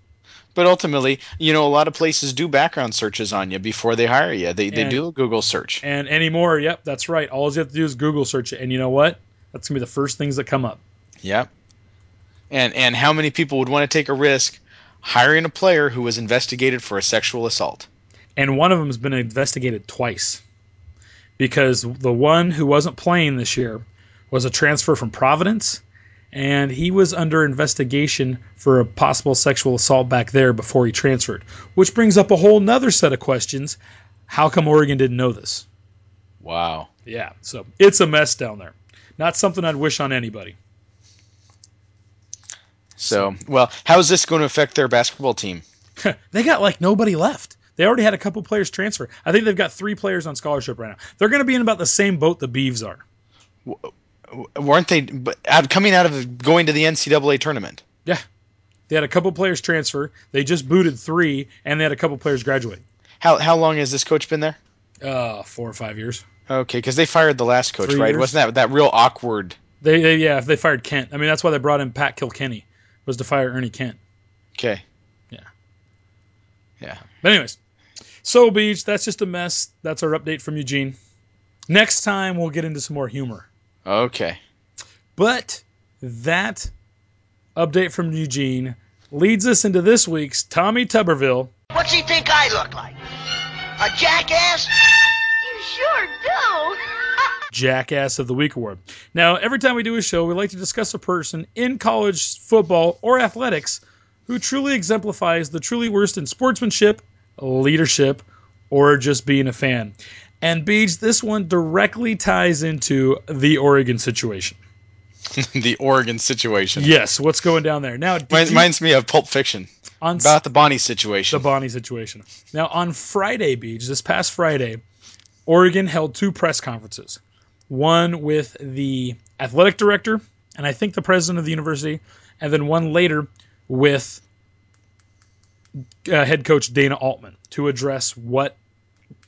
E: But ultimately, you know, a lot of places do background searches on you before they hire you. They, they
D: And-
E: do a Google search.
D: And anymore, yep, that's right. All you have to do is Google search it, and you know what? That's gonna be the first things that come up.
E: Yep. And and how many people would want to take a risk hiring a player who was investigated for a sexual assault?
D: And one of them has been investigated twice, because the one who wasn't playing this year was a transfer from Providence, and he was under investigation for a possible sexual assault back there before he transferred. Which brings up a whole nother set of questions: How come Oregon didn't know this?
E: Wow.
D: Yeah, so it's a mess down there. Not something I'd wish on anybody.
E: So, well, how is this going to affect their basketball team?
D: they got like nobody left. They already had a couple players transfer. I think they've got three players on scholarship right now. They're going to be in about the same boat the Beavs are.
E: Weren't they but out, coming out of going to the NCAA tournament?
D: Yeah, They had a couple players transfer. They just booted three, and they had a couple players graduate.
E: How how long has this coach been there?
D: Uh, four or five years.
E: Okay, because they fired the last coach,
D: Three
E: right?
D: years.
E: Wasn't that that real awkward?
D: They, they yeah, if they fired Kent, I mean that's why they brought in Pat Kilkenny was to fire Ernie Kent.
E: Okay.
D: Yeah.
E: Yeah.
D: But anyways, Soul Beach, that's just a mess. That's our update from Eugene. Next time we'll get into some more humor.
E: Okay.
D: But that update from Eugene leads us into this week's Tommy Tuberville.
F: What's he think I look like? A jackass? You sure do.
D: Jackass of the Week award. Now, every time we do a show, we like to discuss a person in college football or athletics who truly exemplifies the truly worst in sportsmanship, leadership, or just being a fan. And Beach, this one directly ties into the Oregon situation.
E: the Oregon situation.
D: Yes, what's going down there now? did
E: Mine,
D: you-
E: reminds me of Pulp Fiction
D: on
E: about the Bonnie
D: the
E: situation.
D: Bonnie situation. Now, on Friday, Beach, this past Friday, Oregon held two press conferences one with the athletic director and I think the president of the university, and then one later with uh, head coach Dana Altman to address what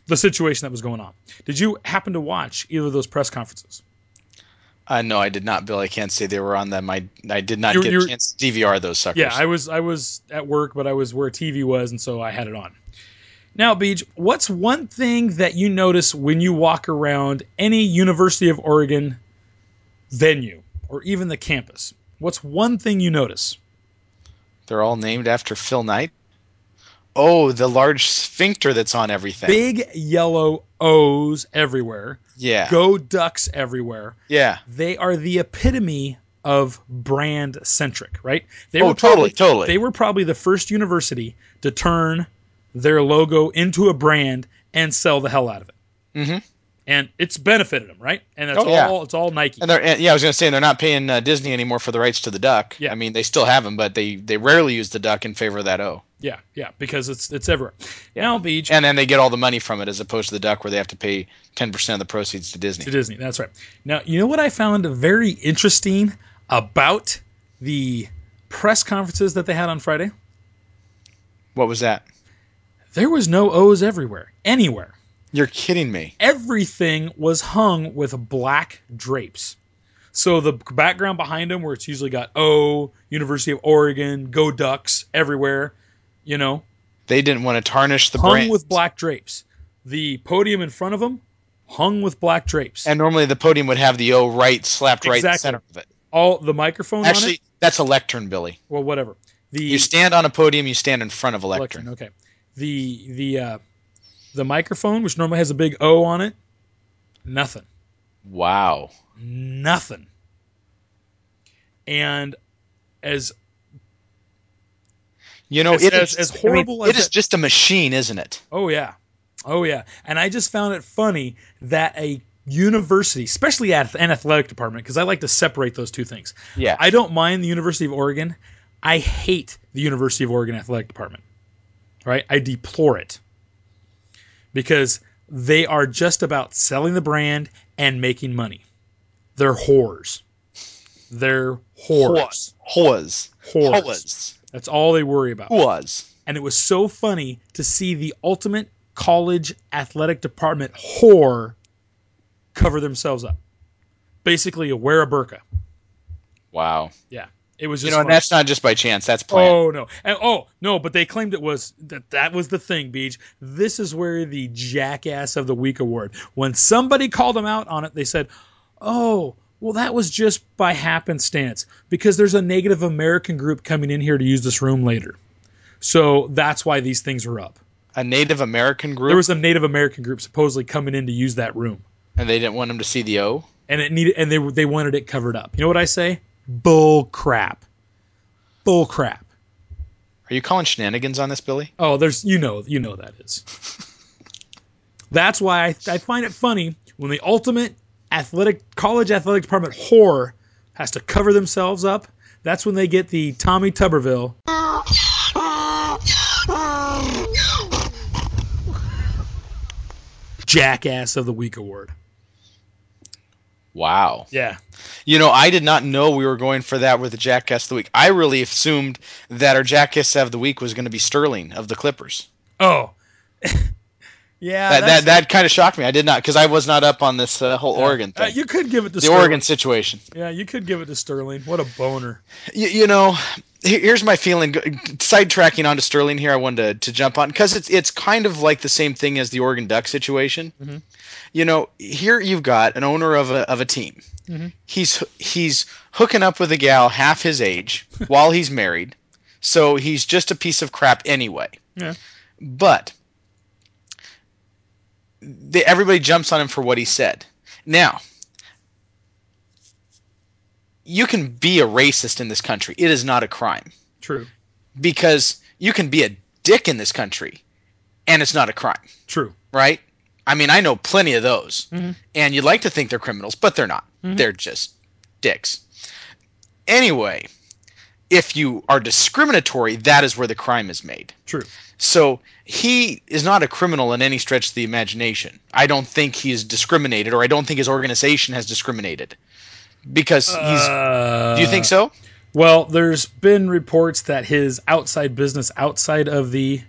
D: the situation that was going on. Did you happen to watch either of those press conferences?
E: uh, no, I did not, Bill. I can't say they were on them. I I did not
D: You-
E: get
D: you-
E: a chance to DVR those suckers.
D: Yeah, I was I was at work, but I was where TV was, and so I had it on. Now, Beach, what's one thing that you notice when you walk around any University of Oregon venue or even the campus? What's one thing you notice?
E: They're all named after Phil Knight. Oh, the large sphincter that's on everything.
D: Big yellow O's everywhere.
E: yeah.
D: Go Ducks everywhere.
E: Yeah.
D: They are the epitome of brand centric, right? They
E: Oh,
D: probably-
E: totally, totally.
D: They were probably the first university to turn their logo into a brand and sell the hell out of it.
E: Mhm.
D: And it's benefited them, right? And it's
E: Oh,
D: all
E: yeah.
D: it's all Nike.
E: And they're and, yeah, I was gonna say they're not paying uh, Disney anymore for the rights to the duck.
D: Yeah.
E: I mean they still have them, but they they rarely use the duck in favor of that O.
D: yeah, yeah, because it's it's everywhere. Now Beach
E: And then they get all the money from it as opposed to the duck where they have to pay ten percent of the proceeds to Disney.
D: to Disney. That's right. Now, you know what I found very interesting about the press conferences that they had on Friday?
E: What was that?
D: There was no O's everywhere, anywhere.
E: You're kidding me.
D: everything was hung with black drapes. So the background behind them, where it's usually got O, University of Oregon, Go Ducks everywhere, you know,
E: They didn't want to tarnish the
D: hung
E: brand.
D: with black drapes. The podium in front of them, hung with black drapes.
E: and normally the podium would have the O right slapped right in the
D: Exactly.
E: center of it.
D: all the microphone on
E: Actually,
D: it,
E: that's a lectern, Billy.
D: well, whatever. The
E: You stand on a podium, you stand in front of a lectern.
D: lectern, okay. The the uh, the microphone, which normally has a big O on it, nothing.
E: Wow.
D: nothing. And as
E: You know,
D: As-
E: it
D: as-
E: is-
D: as
E: I mean,
D: horrible as
E: it is
D: that-
E: just a machine, isn't it?
D: oh yeah, oh yeah, and I just found it funny that a university, especially at an athletic department, because I like to separate those two things.
E: Yeah.
D: I don't mind the University of Oregon. I hate the University of Oregon athletic department. Right, I deplore it because they are just about selling the brand and making money. They're whores. They're whores.
E: Hoas.
D: Whores.
E: Hoas.
D: That's all they worry about.
E: Hoas.
D: and it was so funny to see the ultimate college athletic department whore cover themselves up. Basically, a wear a burqa.
E: Wow.
D: Yeah, it was
E: You
D: just
E: know, and
D: funny.
E: that's not just by chance. That's planned.
D: oh no, And- oh no, but they claimed it was that that was the thing. Beach, this is where the jackass of the week award. When somebody called them out on it, they said, "Oh." Well, that was just by happenstance because there's a Native American group coming in here to use this room later. So that's why these things are up.
E: A Native American group,
D: Oh. there was some Native American group supposedly coming in to use that room,
E: and they didn't want him to see the O.
D: and it needed, and they were- they wanted it covered up. You know what I say? Bull crap, bull crap.
E: Are you calling shenanigans on this, Billy?
D: Oh, there's you know you know that is. That's why I, I find it funny when the ultimate athletic college athletic department whore has to cover themselves up. That's when they get the Tommy Tuberville. Jackass of the Week award.
E: Wow.
D: Yeah,
E: You know, I did not know we were going for that with the Jackass of the Week. I really assumed that our Jackass of the Week was going to be Sterling of the Clippers.
D: Oh, yeah.
E: That
D: that's-
E: that, that kind of shocked me. I did not because I was not up on this uh, whole Oregon
D: Uh,
E: thing.
D: you could give it to
E: the
D: Sterling.
E: Oregon situation.
D: Yeah, you could give it to Sterling. What a boner.
E: you, you know he- here's my feeling G- sidetracking onto sterling here i wanted to, to jump on because it's it's kind of like the same thing as the oregon duck situation you know here you've got an owner of a, of a team he's he's hooking up with a gal half his age while he's married so he's just a piece of crap anyway
D: Yeah.
E: but they, everybody jumps on him for what he said now you can be a racist in this country. It is not a crime
D: True.
E: because you can be a dick in this country and it's not a crime,
D: True.
E: right? I mean, I know plenty of those. And you'd like to think they're criminals, but they're not. They're just dicks. Anyway, if you are discriminatory, that is where the crime is made.
D: True.
E: So he is not a criminal in any stretch of the imagination. I don't think he's discriminated, or I don't think his organization has discriminated. Because he's. do you think so?
D: Uh, Well, there's been reports that his outside business outside of the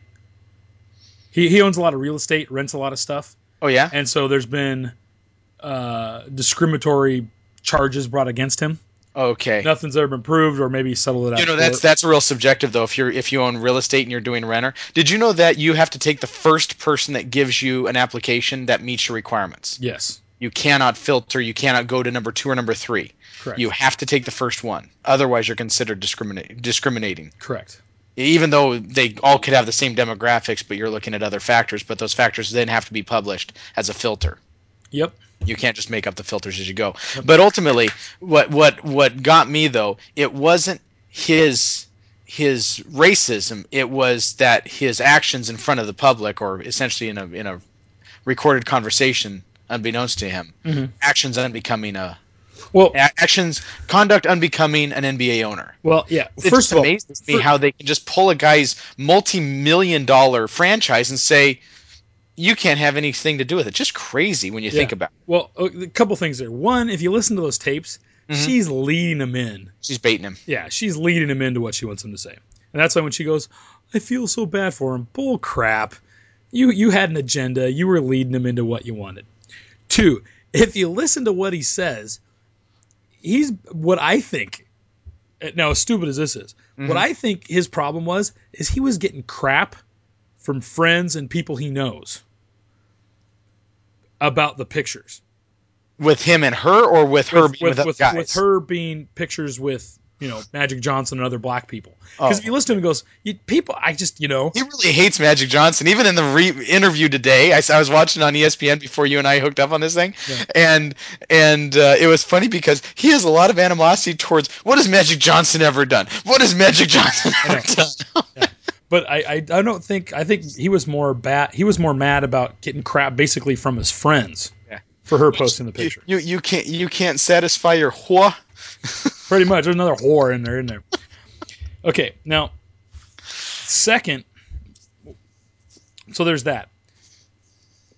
D: he, he owns a lot of real estate, rents a lot of stuff,
E: Oh yeah.
D: and so there's been uh, discriminatory charges brought against him.
E: Okay.
D: Nothing's ever been proved, or maybe settled it out.
E: you know
D: of
E: that's
D: court.
E: that's real subjective though. If you're if you own real estate and you're doing renter, did you know that you have to take the first person that gives you an application that meets your requirements?
D: yes,
E: You cannot filter. You cannot go to number two or number three.
D: correct.
E: You have to take the first one. Otherwise, you're considered discriminate discriminating.
D: correct.
E: Even though they all could have the same demographics, but you're looking at other factors. But those factors then have to be published as a filter
D: Yep.
E: you can't just make up the filters as you go. But ultimately, what what what got me though, it wasn't his his racism. It was that his actions in front of the public, or essentially in a in a recorded conversation, unbeknownst to him,
D: Mm-hmm.
E: actions unbecoming a
D: Well,
E: a- actions conduct unbecoming an NBA owner.
D: well, yeah.
E: It
D: First
E: just
D: of all,
E: amazes me
D: fir-
E: how they can just pull a guy's multi-million dollar franchise and say. You can't have anything to do with it. Just crazy when you think
D: Yeah.
E: about it.
D: Well, a couple things there. One, if you listen to those tapes,
E: Mm-hmm.
D: she's leading him in.
E: She's baiting him.
D: Yeah, she's leading him into what she wants him to say. And that's why when she goes, I feel so bad for him, bull crap. You you had an agenda, you were leading him into what you wanted. Two, if you listen to what he says, he's what I think uh, now as stupid as this is, what I think his problem was is he was getting crap from friends and people he knows about the pictures.
E: with him and her, or with her being
D: with,
E: with,
D: with,
E: guys?
D: with her being pictures with you know Magic Johnson and other black people. Because
E: Oh,
D: if you listen to him, he goes you, people. I just you know
E: He really hates Magic Johnson. Even in the re- interview today, I, s- I was watching on ESPN before you and I hooked up on this thing, and and uh, it was funny because he has a lot of animosity towards what has Magic Johnson ever done? What has Magic Johnson ever done?
D: but I, I I don't think I think he was more bat he was more mad about getting crap basically from his friends
E: Yeah.
D: for her posting the picture.
E: You you can't you can't satisfy your whore.
D: Pretty much, there's another whore in there, in there. Okay, now second, so there's that.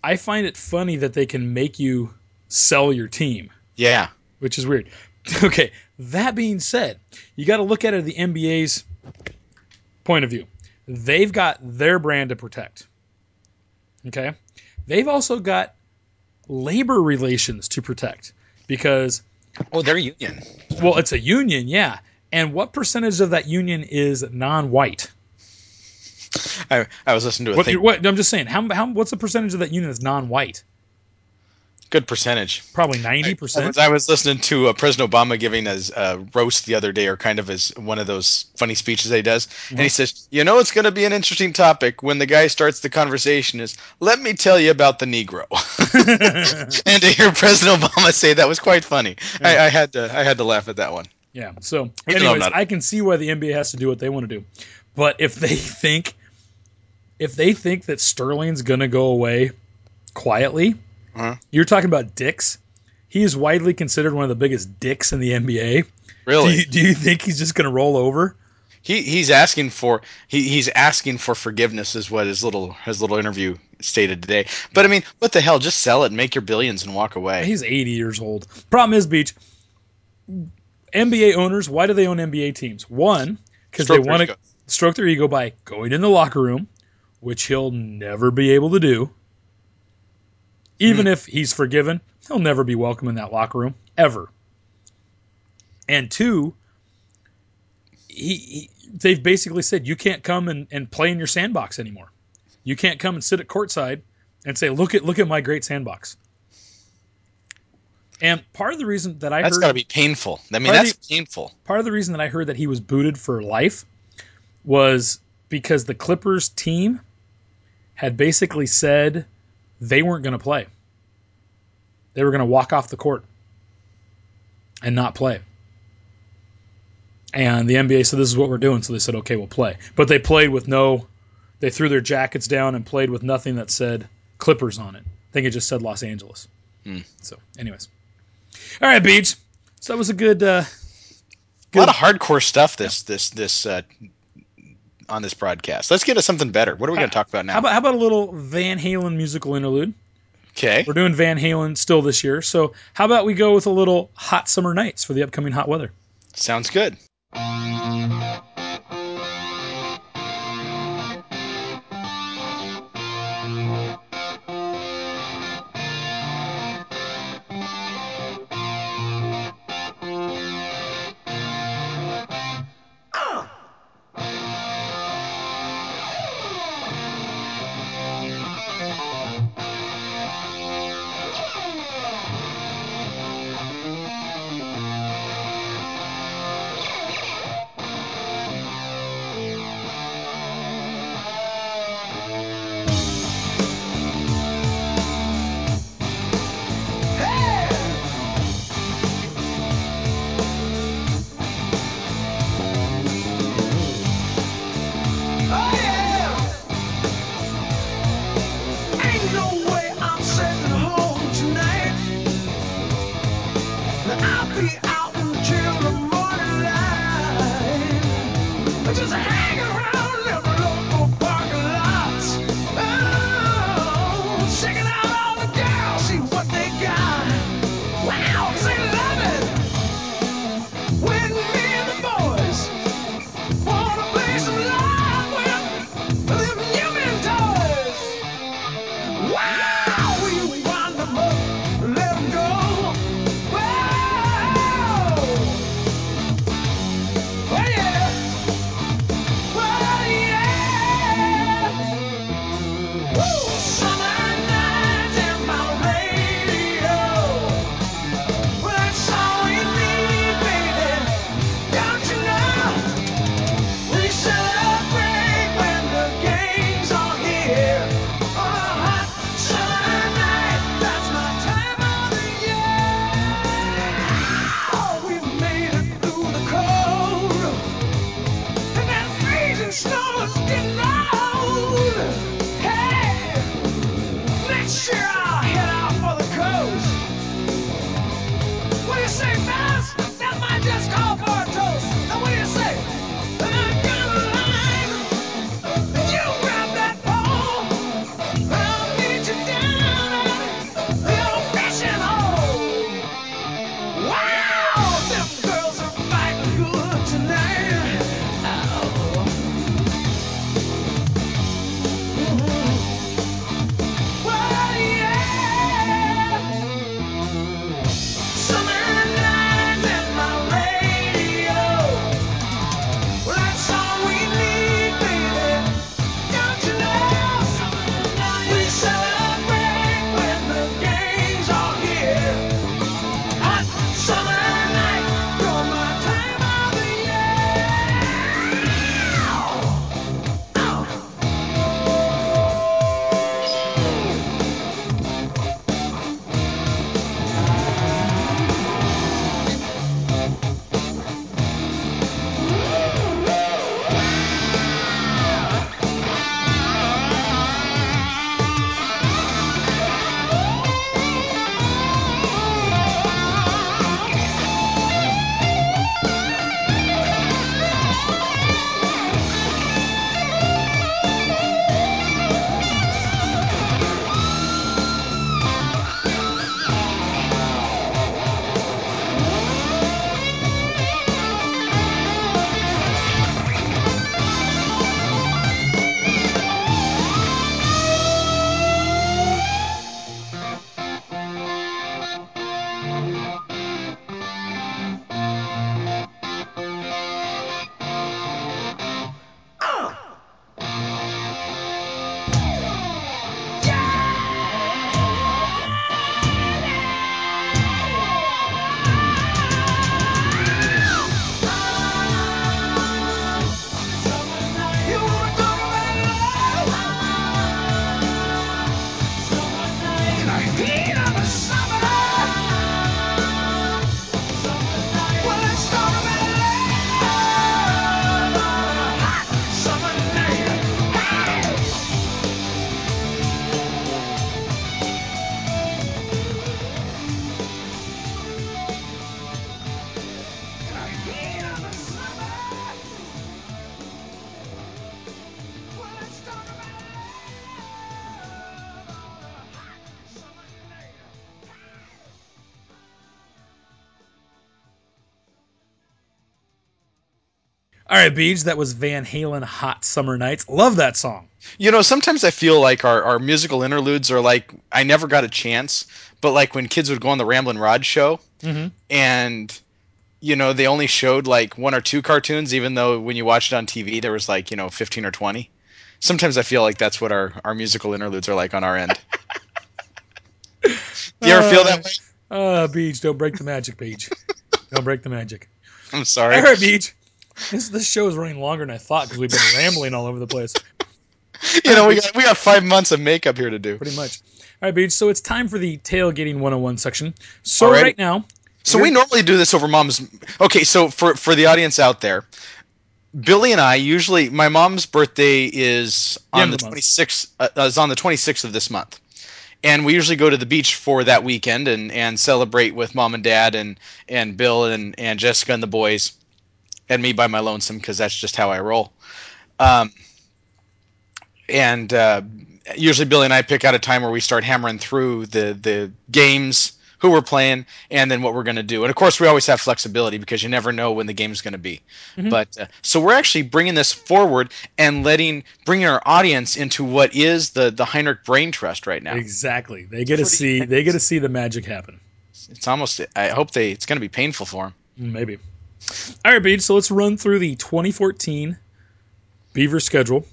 D: I find it funny that they can make you sell your team.
E: Yeah,
D: which is weird. Okay, that being said, you got to look at it the NBA's point of view. They've got their brand to protect. Okay? They've also got labor relations to protect because
E: oh, they're union.
D: well, it's a union, yeah. And what percentage of that union is non-white?
E: I, I was listening to a
D: What,
E: thing.
D: what I'm just saying, how, how what's the percentage of that union that's non-white?
E: Good percentage.
D: Probably
E: I
D: 90%.
E: was, I was listening to uh, President Obama giving his uh, roast the other day, or kind of his one of those funny speeches that he does, and he says, "You know, it's going to be an interesting topic when the guy starts the conversation is, let me tell you about the Negro." and to hear President Obama say that was quite funny. I, I had to, I had to laugh at that one.
D: Yeah. So,
E: I'm
D: anyways,
E: not-
D: I can see why the NBA has to do what they want to do, but if they think, if they think that Sterling's gonna go away quietly,
E: Uh-huh.
D: you're talking about dicks. He is widely considered one of the biggest dicks in the NBA. Do
E: Really,
D: you, do you think he's just gonna roll over?
E: he he's asking for he, he's asking for forgiveness, is what his little his little interview stated today. But I mean, what the hell? Just sell it, and make your billions, and walk away.
D: He's 80 years old. Problem is, Beach. NBA owners, why do they own NBA teams? One, because they
E: Stroke their
D: want to
E: ego.
D: stroke their ego by going in the locker room, which he'll never be able to do.
E: Hmm.
D: Even if he's forgiven, he'll never be welcome in that locker room ever. And two, he, he they've basically said you can't come and, and play in your sandbox anymore. You can't come and sit at courtside and say, "Look at look at my great sandbox." And part of the reason that I
E: That's
D: heard
E: got to be painful. I mean,
D: Are
E: that's
D: they-
E: painful.
D: part of the reason that I heard that he was booted for life was because the Clippers team had basically said they weren't going to play. They were going to walk off the court and not play. And the NBA said, This is what we're doing. So they said, Okay, we'll play. But they played with no, they threw their jackets down and played with nothing that said Clippers on it. I think it just said Los Angeles. So, anyways. All right, Beach. So that was a good. Uh,
E: A lot of hardcore stuff this this this uh, on this broadcast. Let's get to something better. What are we going to talk about
D: How
E: now?
D: about how about a little Van Halen musical interlude?
E: Okay.
D: We're doing Van Halen still this year, so how about we go with a little Hot Summer Nights for the upcoming hot weather?
E: Sounds good.
F: Yeah.
D: All right, Beej, that was Van Halen Hot Summer Nights. Love that song.
E: You know, sometimes I feel like our, our musical interludes are like I never got a chance, but like when kids would go on the Ramblin' Rod show
D: Mm-hmm.
E: and you know, they only showed like one or two cartoons, even though when you watched it on TV there was like, you know, fifteen or twenty. Sometimes I feel like that's what our, our musical interludes are like on our end. you ever feel that way?
D: Uh, Beej, don't break the magic, Beej. don't break the magic.
E: I'm sorry.
D: All right, Beej. This, this show is running longer than I thought because we've been rambling all over the place.
E: You know, we got we got five months of makeup here to do.
D: pretty much. All right, Beach. So it's time for the tailgating 101 section. So
E: Alrighty.
D: right now,
E: So we normally do this over mom's. Okay, so for for the audience out there, Billy and I usually my mom's birthday is
D: end
E: on
D: of
E: the
D: the month.
E: twenty sixth uh, is on the twenty sixth of this month, and we usually go to the beach for that weekend and and celebrate with mom and dad and and Bill and and Jessica and the boys, and me by my lonesome because that's just how I roll. Um, and uh, usually Billy and I pick out a time where we start hammering through the the games, who we're playing, and then what we're going to do. And of course, we always have flexibility because you never know when the game's going to be.
D: Mm-hmm.
E: But uh, so we're actually bringing this forward and letting bringing our audience into what is the the Heinrich Brain Trust right now.
D: exactly they get to see they get to see the magic happen.
E: It's almost. I hope they. It's going to be painful for them.
D: Maybe. All right, Beach. So let's run through the 2014 Beaver schedule.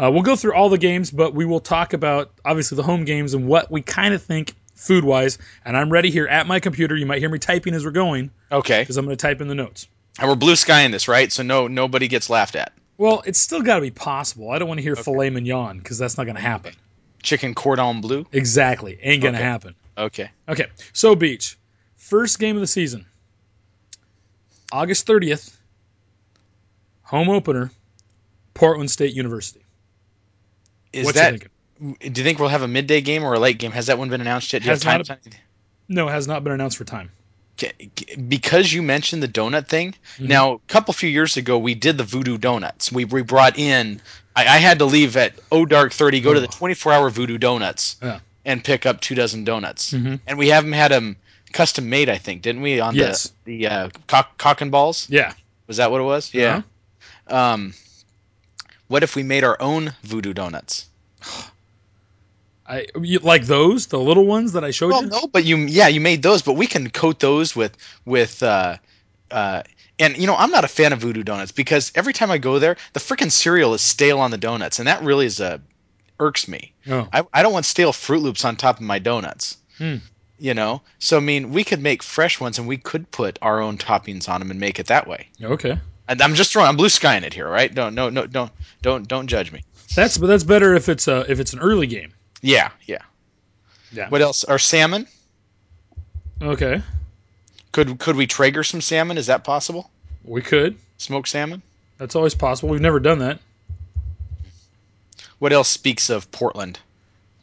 D: Uh, we'll go through all the games, but we will talk about obviously the home games and what we kind of think food wise. And I'm ready here at my computer. You might hear me typing as we're going
E: Okay,
D: because I'm going to type in the notes.
E: and we're blue skying this, right? So no, nobody gets laughed at.
D: Well, it's still got to be possible. I don't want to hear filet mignon because that's not going to happen.
E: Chicken cordon bleu.
D: Exactly. Ain't going to
E: Okay.
D: happen.
E: Okay.
D: Okay, so Beach, first game of the season, August 30th, home opener, Portland State University.
E: Is
D: What you
E: that?
D: thinking?
E: do you think we'll have a midday game or a late game? Has that one been announced yet? Do you
D: Has
E: have
D: not
E: time?
D: No, it has not been announced for time.
E: K- k- Because you mentioned the donut thing.
D: Mm-hmm.
E: Now, a couple few years ago, we did the Voodoo Donuts. We, we brought in. I, I had to leave at O Dark Thirty, go to the
D: Oh.
E: twenty four hour Voodoo Donuts,
D: Yeah.
E: and pick up two dozen donuts.
D: Mm-hmm.
E: And we haven't had them custom made. I think didn't we on
D: Yes.
E: the the uh, cock, cock and balls?
D: Yeah. Uh-huh.
E: Was that what it was? Yeah. Um, what if we made our own Voodoo Donuts?
D: I you, like those, the little ones that I showed
E: Well,
D: you.
E: no, but you, yeah, you made those, but we can coat those with with. Uh, uh, and you know, I'm not a fan of Voodoo Donuts because every time I go there, the freaking cereal is stale on the donuts, and that really is a irks me.
D: Oh.
E: I, I don't want stale Fruit Loops on top of my donuts.
D: Hmm.
E: You know, so I mean, we could make fresh ones, and we could put our own toppings on them and make it that way.
D: Okay.
E: And I'm just throwing, I'm blue skying it here, right? Don't, no, no, don't, don't, don't judge me.
D: That's but that's better if it's a if it's an early game.
E: Yeah, yeah.
D: Yeah.
E: What else? Our salmon?
D: Okay.
E: Could could we Traeger some salmon? Is that possible?
D: We could.
E: Smoked salmon?
D: That's always possible. We've never done that.
E: What else speaks of Portland?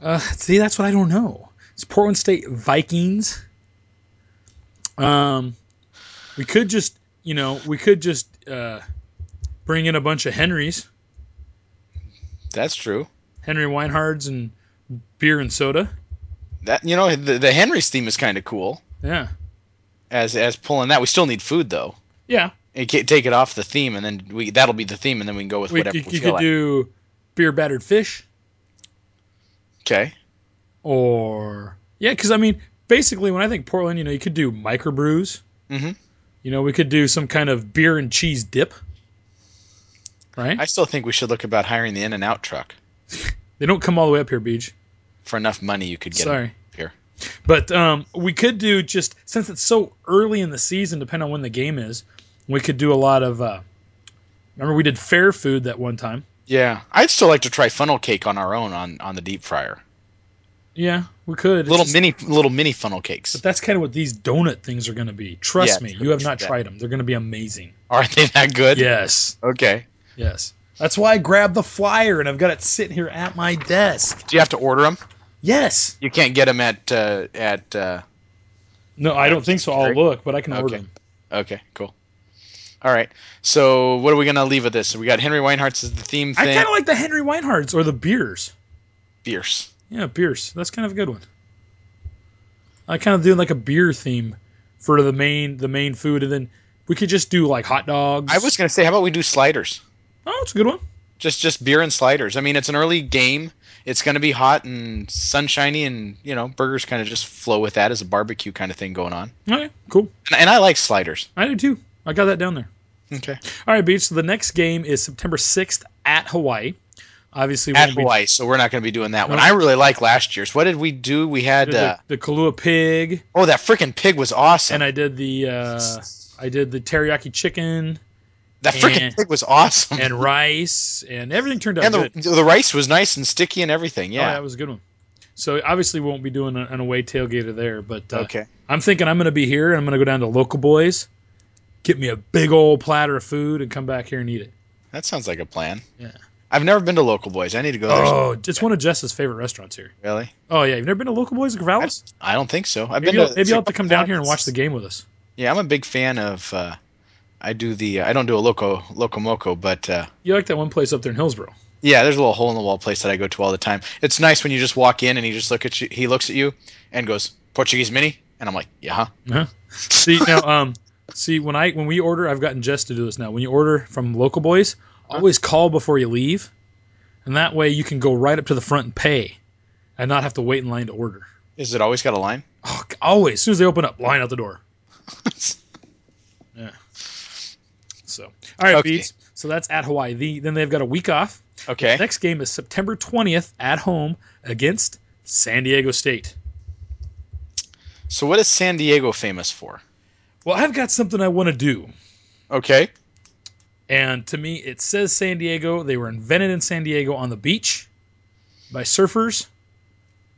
D: Uh, see, that's what I don't know. It's Portland State Vikings. Um, we could just, you know, we could just uh, bring in a bunch of Henrys,
E: That's true.
D: Henry Weinhards, and beer and soda.
E: That you know the, the Henry's theme is kind of cool.
D: Yeah,
E: As as pulling that, we still need food though.
D: yeah.
E: You can't take it off the theme, and then we that'll be the theme, and then we can go with
D: We,
E: whatever
D: you,
E: we
D: you
E: feel
D: could
E: like.
D: do beer battered fish,
E: okay,
D: or yeah, because I mean, basically, when I think Portland, you know, you could do microbrews.
E: Mhm.
D: You know, we could do some kind of beer and cheese dip. Right?
E: I still think we should look about hiring the In and Out truck
D: they don't come all the way up here, Beach.
E: for enough money. You could get 'em
D: Sorry.
E: here.
D: But um, we could do just since it's so early in the season, depending on when the game is, we could do a lot of. Uh, remember, we did fair food that one time.
E: Yeah, I'd still like to try funnel cake on our own on on the deep fryer.
D: Yeah, we could. It's
E: Little
D: just-
E: mini little mini funnel cakes.
D: That's kind of what these donut things are going to be. Trust
E: Yeah,
D: me,
E: true,
D: you have
E: true
D: not
E: that.
D: tried them. They're going to be amazing.
E: Are they that good?
D: Yes,
E: Okay.
D: yes. That's why I grabbed the flyer and I've got it sitting here at my desk.
E: Do you have to order them?
D: Yes.
E: You can't get them at uh, at. Uh,
D: No, I don't think so. I'll
E: Great.
D: look, but I can order
E: Okay.
D: them.
E: Okay, cool. All right. So what are we gonna leave with this? So we got Henry Weinhardt's as the theme
D: I
E: thing.
D: kind of like the Henry Weinhardts or the beers.
E: Fierce.
D: Yeah, Pierce. That's kind of a good one. I kind of do like a beer theme for the main the main food, and then We could just do like hot dogs.
E: I was gonna say, how about we do sliders?
D: Oh, it's a good one.
E: Just just beer and sliders. I mean, it's an early game. It's gonna be hot and sunshiny, and you know, burgers kind of just flow with that as a barbecue kind of thing going on.
D: All right, cool.
E: And, and I like sliders.
D: I do too. I got that down there.
E: Okay.
D: All right, Beach. So the next game is September 6th at Hawaii. Obviously, we
E: At
D: won't be-
E: Hawaii, so we're not gonna be doing that one. I really like last year's. What did we do? We had
D: did
E: uh,
D: the, the Kahlua pig,
E: oh, that freaking pig was awesome.
D: and I did the uh, I did the teriyaki chicken
E: that freaking
D: and-
E: pig was awesome.
D: and rice, and everything turned out
E: And the,
D: good.
E: the rice was nice and sticky and everything.
D: Oh,
E: Yeah.
D: that was a good one. So obviously, we won't be doing an an away tailgater there, but uh,
E: okay.
D: I'm thinking I'm going to be here, and I'm going to go down to Local Boys, get me a big old platter of food, and come back here and eat it.
E: That sounds like a plan.
D: Yeah.
E: I've never been to Local Boys. I need to go there.
D: Oh, it's one of Jess's favorite restaurants here.
E: Really?
D: Oh yeah, you've never been to Local Boys in Corvallis?
E: I don't think so. I've
D: Maybe
E: been
D: you'll,
E: to,
D: maybe you'll have to come down here and watch the game with us.
E: Yeah, I'm a big fan of. Uh, I do the. uh, I don't do a loco loco moco, but uh,
D: You like that one place up there in Hillsboro?
E: yeah, there's a little hole in the wall place that I go to all the time. It's nice when you just walk in and he just look at you. He looks at you and goes Portuguese mini, and I'm like, yeah, huh?
D: Huh? See now, um, see when I when we order, I've gotten Jess to do this now. When you order from Local Boys, always call before you leave, and that way you can go right up to the front and pay, and not have to wait in line to order.
E: Is it always got a line?
D: Oh, g- always, as soon as they open up, line out the door. yeah. So all right,
E: Okay.
D: beats. So that's at Hawaii. The, then they've got a week off.
E: Okay.
D: Next game is September twentieth at home against San Diego State.
E: So what is San Diego famous for?
D: Well, I've got something I want to do.
E: Okay.
D: And to me, it says San Diego. They were invented in San Diego on the beach by surfers.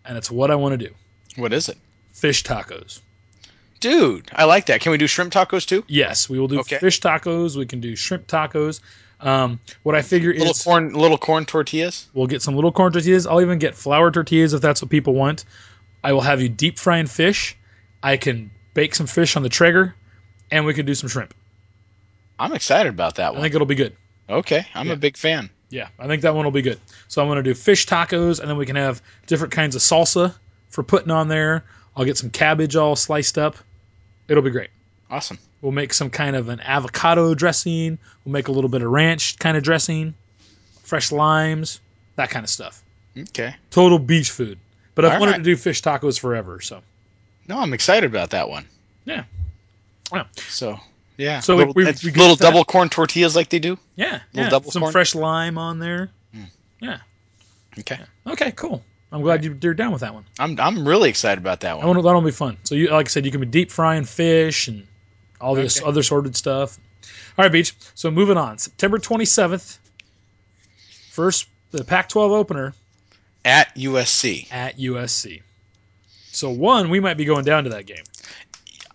D: And it's what I want to do
E: What is it?
D: fish tacos.
E: Dude, I like that. Can we do shrimp tacos too?
D: Yes, we will do
E: Okay.
D: fish tacos. We can do shrimp tacos. Um, what I figure
E: Little
D: is
E: corn, little corn tortillas.
D: we'll get some little corn tortillas. I'll even get flour tortillas if that's what people want. I will have you deep frying fish. I can bake some fish on the Traeger, and we can do some shrimp.
E: I'm excited about that
D: I
E: one.
D: think it'll be good.
E: Okay, I'm
D: Yeah.
E: a big fan.
D: Yeah, I think that one will be good. So I'm going to do fish tacos, and then we can have different kinds of salsa for putting on there. I'll get some cabbage all sliced up. It'll be great.
E: Awesome.
D: We'll make some kind of an avocado dressing. We'll make a little bit of ranch kind of dressing, fresh limes, that kind of stuff.
E: Okay.
D: Total beach food. But I've
E: All
D: wanted
E: right.
D: to do fish tacos forever. So
E: No, I'm excited about that one.
D: yeah, yeah,
E: So yeah.
D: So
E: little,
D: we- we-
E: it's
D: we get
E: little
D: that.
E: double corn tortillas like they do.
D: yeah. yeah.
E: double
D: Some
E: corn?
D: fresh lime on there. Yeah.
E: Okay.
D: Okay. Cool. I'm glad you- you're down with that one.
E: I'm I'm really excited about that
D: I
E: one.
D: want that'll be fun. So you, like I said, you can be deep frying fish and all this
E: Okay.
D: other sorted stuff. All right, Beach. So moving on, September 27th, first the Pac-12 opener
E: At USC,
D: at USC. So one, we might be going down to that game.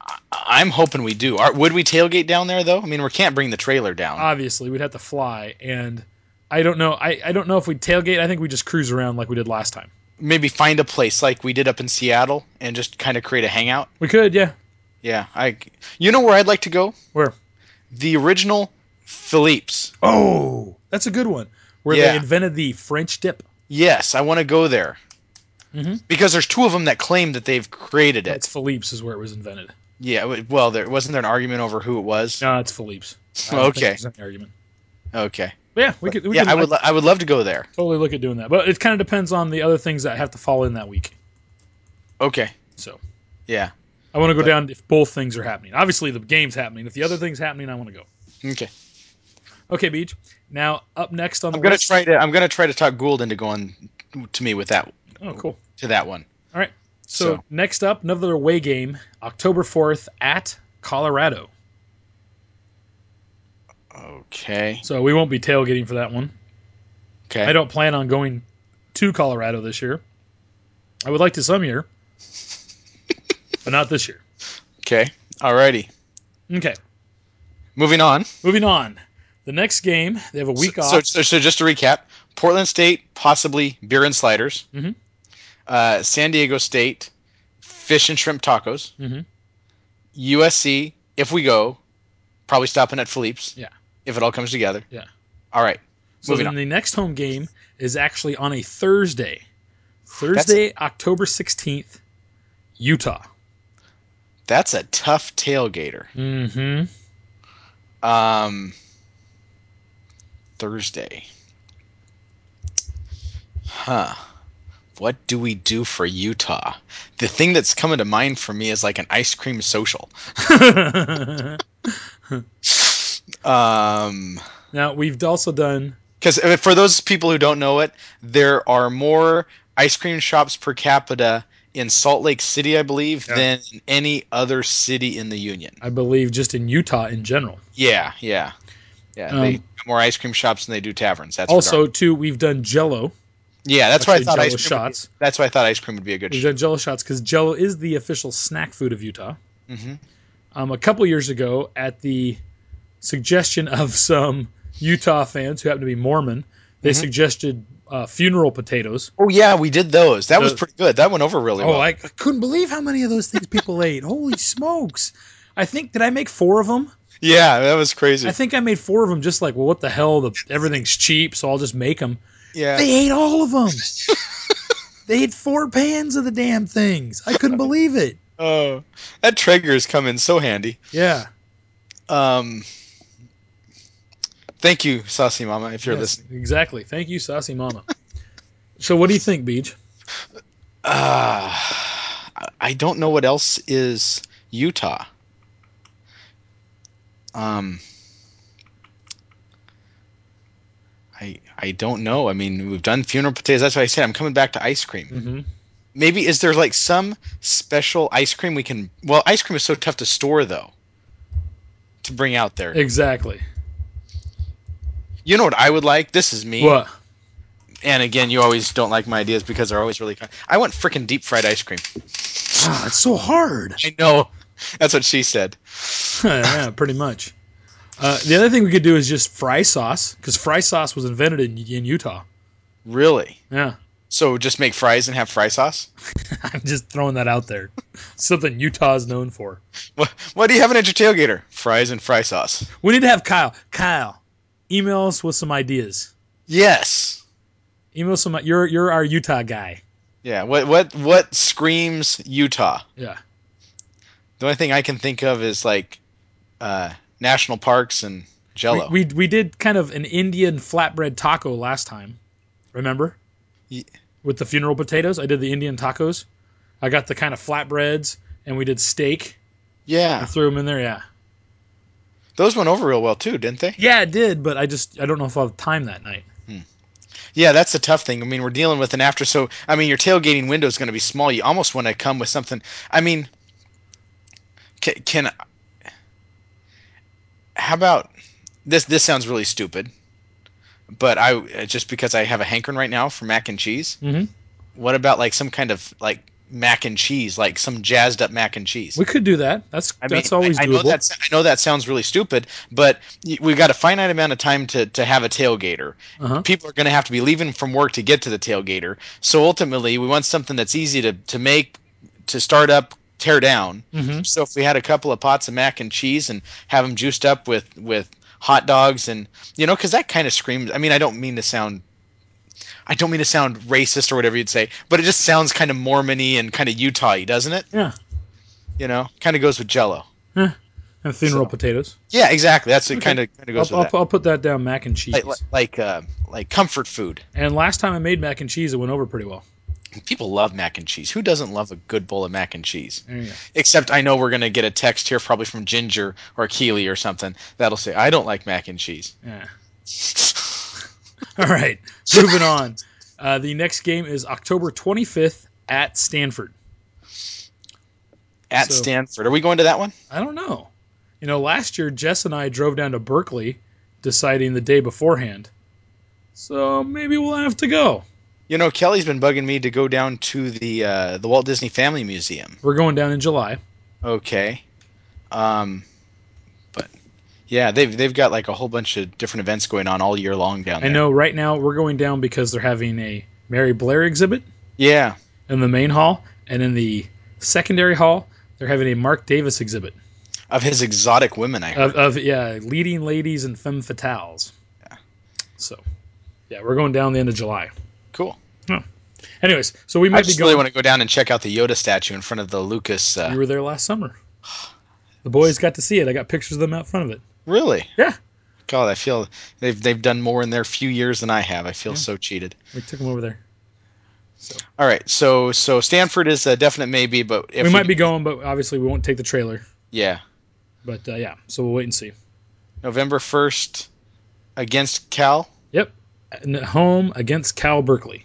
E: I- I'm hoping we do. Are, would we tailgate down there though? I mean, we can't bring the trailer down.
D: Obviously, we'd have to fly, and I don't know. I, I don't know if we tailgate. I think we just cruise around like we did last time.
E: Maybe find a place like we did up in Seattle and just kind of create a hangout.
D: We could, yeah.
E: Yeah. I. You know where I'd like to go?
D: Where?
E: The original Philippe's.
D: Oh, that's a good one. Where
E: Yeah.
D: they invented the French dip.
E: Yes, I want to go there.
D: Mhm.
E: Because there's two of them that claim that they've created it.
D: That's Philippe's is where it was invented.
E: Yeah, w- well, there wasn't there an argument over who it was.
D: No, it's Philippe's. I don't think
E: Okay.
D: there's any argument.
E: Okay.
D: But yeah, we could. We
E: yeah,
D: could
E: I would. Lo- I would love to go there.
D: totally look at doing that, but it kind of depends on the other things that have to fall in that week.
E: Okay.
D: So
E: Yeah.
D: I want to go down if both things are happening. Obviously, the game's happening. If the other thing's happening, I want to go.
E: Okay.
D: Okay, Beach. Now up next on the
E: I'm gonna
D: list-
E: try to. I'm gonna try to talk Gould into going to me with that
D: Oh, cool.
E: to that one.
D: All right. So,
E: So-
D: next up, another away game, October fourth at Colorado.
E: Okay.
D: So we won't be tailgating for that one.
E: Okay.
D: I don't plan on going to Colorado this year. I would like to some year, but not this year.
E: Okay. Alrighty.
D: Okay.
E: Moving on.
D: Moving on. The next game, they have a week
E: so,
D: off.
E: So, so, so just to recap, Portland State possibly beer and sliders.
D: Mhm.
E: Uh, San Diego State fish and shrimp tacos.
D: Mhm.
E: USC, if we go, probably stopping at Philippe's.
D: Yeah.
E: If it all comes together.
D: Yeah.
E: All right.
D: So
E: Moving
D: then
E: on.
D: the next home game is actually on a Thursday. Thursday, October 16th, Utah.
E: That's a tough tailgater.
D: Mm-hmm.
E: Um, Thursday. Huh. What do we do for Utah? The thing that's coming to mind for me is like an ice cream social. Um,
D: now we've also done
E: Because for those people who don't know it, there are more ice cream shops per capita in Salt Lake City, I believe,
D: Yeah.
E: than in any other city in the union.
D: I believe just in Utah in general.
E: Yeah, yeah, yeah. they
D: Um,
E: have more ice cream shops than they do taverns. That's for
D: Also
E: darn-
D: too, we've done Jello.
E: yeah. That's why I
D: actually
E: thought
D: Jell-O
E: ice cream.
D: shots.
E: Shots. that's why I thought ice cream would be a good.
D: We've
E: Show.
D: done Jello shots because Jello is the official snack food of Utah.
E: Mhm.
D: Um, a couple years ago, at the suggestion of some Utah fans who happen to be Mormon, they suggested uh, funeral potatoes.
E: Oh yeah, we did those. That was
D: The-
E: pretty good. That went over really
D: Oh,
E: well.
D: I, I couldn't believe how many of those things people ate. Holy smokes! I think did I make four of them?
E: yeah, that was crazy.
D: I think I made four of them. Just like, well, what the hell? The everything's cheap, so I'll just make them.
E: yeah,
D: They ate all of them. they ate four pans of the damn things. I couldn't believe it.
E: oh, that Traeger's come in so handy.
D: Yeah.
E: Um, thank you, Saucy Mama, if you're
D: Yes,
E: listening.
D: Exactly. Thank you, Saucy Mama. so, what do you think, Beach?
E: Ah, I- I don't know what else is Utah. Um, I I don't know. I mean, we've done funeral potatoes. That's why I said I'm coming back to ice cream.
D: Mhm.
E: Maybe is there like some special ice cream we can? Well, ice cream is so tough to store though. To bring out there,
D: Exactly.
E: you know what I would like. This is me.
D: What?
E: And again, you always don't like my ideas because they're always really. Con- I want freaking deep fried ice cream.
D: Ah, it's so hard.
E: I know. That's what she said.
D: yeah, pretty much. Uh, the other thing we could do is just fry sauce because fry sauce was invented in, in Utah.
E: Really?
D: Yeah,
E: So just make fries and have fry sauce?
D: I'm just throwing that out there. Something Utah is known for.
E: What, what do you having at your tailgater? Fries and fry sauce.
D: We need to have Kyle. Kyle, email us with some ideas.
E: Yes.
D: Email some. You're you're our Utah guy.
E: Yeah. What what what screams Utah?
D: Yeah.
E: The only thing I can think of is like uh, national parks and Jello.
D: We, we we did kind of an Indian flatbread taco last time. Remember?
E: Ye-
D: With the funeral potatoes, I did the Indian tacos. I got the kind of flatbreads, and we did steak. I
E: yeah.
D: threw them in there. Yeah.
E: Those went over real well too, didn't they?
D: Yeah, it did, but I just I don't know if I'll have time that night.
E: Yeah, that's the tough thing. I mean, we're dealing with an after, so I mean, your tailgating window is going to be small. You almost want to come with something. I mean, can, can how about this? This sounds really stupid, but I uh, just because I have a hankering right now for mac and cheese.
D: Mhm.
E: What about like some kind of like mac and cheese, like some jazzed up mac and cheese?
D: We could do that. That's
E: I mean,
D: that's always
E: I, I
D: doable.
E: know that's I know that sounds really stupid, but y- we've got a finite amount of time to, to have a tailgater.
D: Uh-huh.
E: People are going to have to be leaving from work to get to the tailgater. So ultimately, we want something that's easy to, to make, to start up, tear down.
D: Mhm.
E: So if we had a couple of pots of mac and cheese and have them juiced up with with hot dogs and you know, because that kind of screams. I mean, I don't mean to sound. I don't mean to sound racist or whatever you'd say, but it just sounds kind of Mormony and kind of Utah-y, doesn't it?
D: yeah.
E: You know, kind of goes with Jello.
D: And funeral potatoes.
E: Yeah, exactly. That's it. Kind of kind of
D: I'll,
E: goes
D: I'll,
E: with that.
D: I'll put that down. Mac and cheese.
E: Like like like, uh, like comfort food.
D: and last time I made mac and cheese, it went over pretty well.
E: People love mac and cheese. Who doesn't love a good bowl of mac and cheese?
D: There you go.
E: Except I know we're gonna get a text here probably from Ginger or Keely or something that'll say I don't like mac and cheese.
D: Yeah. All right. Moving on. Uh, the next game is October 25th at Stanford.
E: At
D: So-
E: Stanford, are we going to that one?
D: I don't know. You know, last year Jess and I drove down to Berkeley, deciding the day beforehand. So maybe we'll have to go.
E: You know, Kelly's been bugging me to go down to the uh, the Walt Disney Family Museum.
D: We're going down in July.
E: Okay, um, but yeah, they've they've got like a whole bunch of different events going on all year long down
D: I
E: there.
D: know right now we're going down because they're having a Mary Blair exhibit
E: Yeah.
D: in the main hall, and in the secondary hall they're having a Mark Davis exhibit
E: Of his exotic women, I heard.
D: of, of yeah, leading ladies and femme fatales. So, yeah, we're going down the end of July.
E: cool.
D: Anyways, so we might
E: I
D: be
E: just
D: going.
E: really want to go down and check out the Yoda statue in front of the Lucas.
D: you
E: Uh,
D: were there last summer. The boys got to see it. I got pictures of them out front of it.
E: Really?
D: Yeah.
E: God, I feel they've they've done more in their few years than I have. I feel so cheated.
D: We took them over there.
E: All right, so so Stanford is a definite maybe, but if
D: we might be going, but obviously we won't take the trailer.
E: yeah
D: But uh, yeah, so we'll wait and see.
E: November first against Cal.
D: Yep. And at home against Cal Berkeley.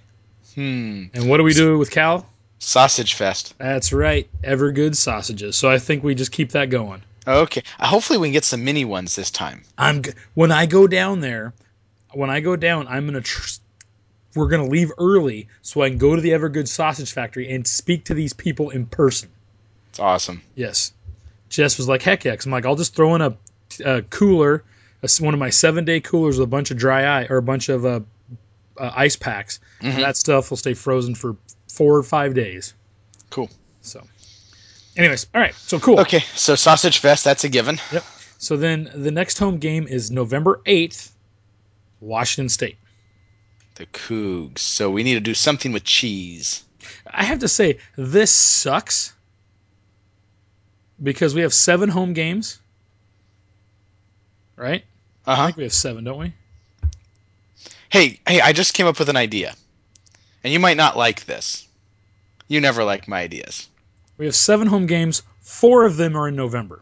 E: Hmm,
D: And what do we do with Cal?
E: sausage fest.
D: That's right, Evergood sausages. So I think we just keep that going.
E: Okay, Uh, hopefully we can get some mini ones this time.
D: I'm g- when I go down there, when I go down, I'm gonna. Tr- we're gonna leave early so I can go to the Evergood Sausage Factory and speak to these people in person.
E: It's awesome.
D: Yes. Jess was like, heck yeah. i I'm like, I'll just throw in a, a cooler, a s one of my seven day coolers with a bunch of dry ice or a bunch of uh, uh, ice packs. And that stuff will stay frozen for four or five days.
E: Cool.
D: So, anyways, all right. So cool.
E: Okay, so sausage fest. That's a given.
D: Yep. So then the next home game is November 8th, Washington State.
E: The Cougs. So we need to do something with cheese.
D: I have to say, this sucks because we have seven home games, right?
E: Uh huh.
D: We have seven, don't we?
E: Hey, hey, I just came up with an idea. And you might not like this. You never like my ideas.
D: We have seven home games. Four of them are in November.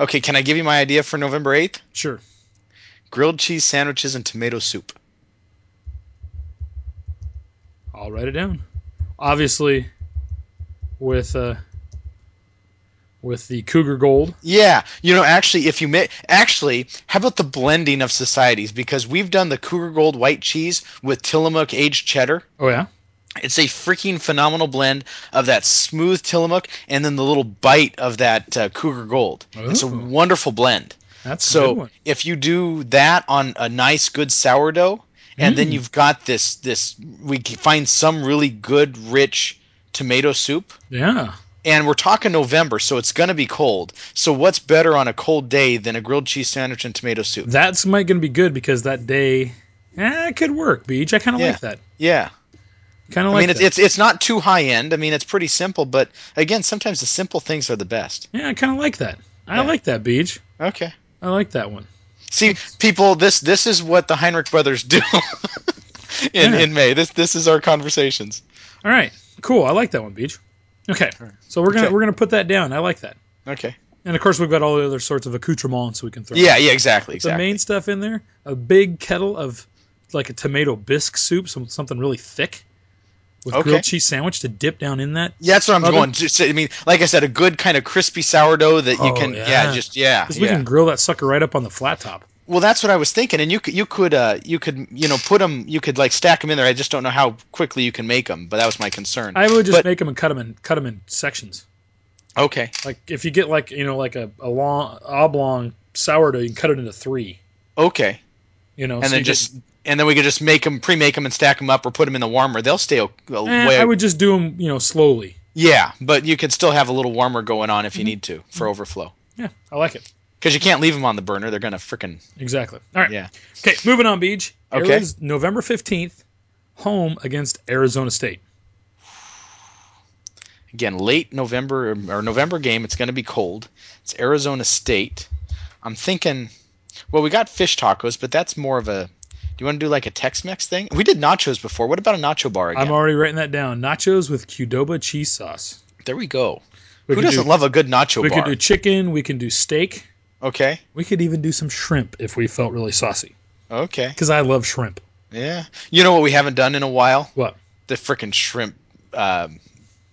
E: Okay, can I give you my idea for November 8th?
D: Sure.
E: Grilled cheese sandwiches and tomato soup.
D: I'll write it down. Obviously, with uh, with the Cougar Gold.
E: Yeah, you know, actually, if you mi- actually, how about the blending of societies? Because we've done the Cougar Gold white cheese with Tillamook aged cheddar.
D: Oh yeah.
E: It's a freaking phenomenal blend of that smooth Tillamook and then the little bite of that uh, Cougar Gold. It's a
D: Ooh.
E: wonderful blend.
D: That's a good
E: So
D: one.
E: if you do that on a nice good sourdough, and
D: Mm.
E: then you've got this this we can find some really good rich tomato soup.
D: Yeah.
E: And we're talking November, so it's going to be cold. So what's better on a cold day than a grilled cheese sandwich and tomato soup?
D: That's might gonna be good because that day eh, it could work, Beach. I kinda
E: Yeah.
D: like that.
E: Yeah.
D: Kinda
E: I
D: like
E: mean, it's,
D: that.
E: it's it's not too high end. I mean, it's pretty simple, but again, sometimes the simple things are the best.
D: yeah, I kinda like that. I
E: Yeah.
D: like that, Beach.
E: Okay.
D: I like that one.
E: See, people, this this is what the Heinrich brothers do in
D: Yeah.
E: in May. This this is our conversations.
D: All right. Cool. I like that one, Beach. Okay. So we're gonna
E: Okay.
D: we're gonna put that down. I like that.
E: Okay.
D: And of course we've got all the other sorts of accoutrements we can throw.
E: Yeah, yeah, exactly,
D: the
E: exactly.
D: main stuff in there a big kettle of like a tomato bisque soup some, something really thick with
E: Okay.
D: grilled cheese sandwich to dip down in that
E: Yeah, that's what I'm
D: Other-
E: going. Just, I mean, like I said, a good kind of crispy sourdough that you
D: Oh,
E: can, yeah,
D: yeah.
E: just yeah,
D: 'Cause we
E: yeah.
D: can grill that sucker right up on the flat top
E: Well, that's what I was thinking, and you could, you could, uh, you could, you know, put them, you could like stack them in there. I just don't know how quickly you can make them, but that was my concern.
D: i would just
E: But-
D: make 'em make them and cut them in cut 'em in sections
E: okay,
D: like if you get like you know like a, a long oblong sourdough you can cut it into three
E: okay,
D: you know
E: and then just, and then we could just make them, pre-make them, and stack them up, or put them in the warmer. They'll stay o-
D: eh,
E: way.
D: i would just do them you know slowly
E: yeah, but you could still have a little warmer going on if
D: Mm-hmm.
E: you need to for overflow,
D: yeah i like it
E: because you can't leave them on the burner. They're gonna frickin'
D: exactly all right
E: yeah.
D: okay moving on beach
E: Okay.
D: Arizona's november 15th home against arizona state
E: again late november or november game it's going to be cold it's arizona state i'm thinking well we got fish tacos but that's more of a do you want to do like a tex-mex thing we did nachos before what about a nacho bar again
D: I'm already writing that down. Nachos with Qdoba cheese sauce.
E: there we go
D: We
E: who
D: could
E: doesn't
D: do,
E: love a good nacho
D: We
E: bar
D: could do chicken. We can do steak.
E: okay
D: We could even do some shrimp if we felt really saucy.
E: okay
D: Because I love shrimp.
E: yeah you know what we haven't done in a while
D: What?
E: the frickin' shrimp um,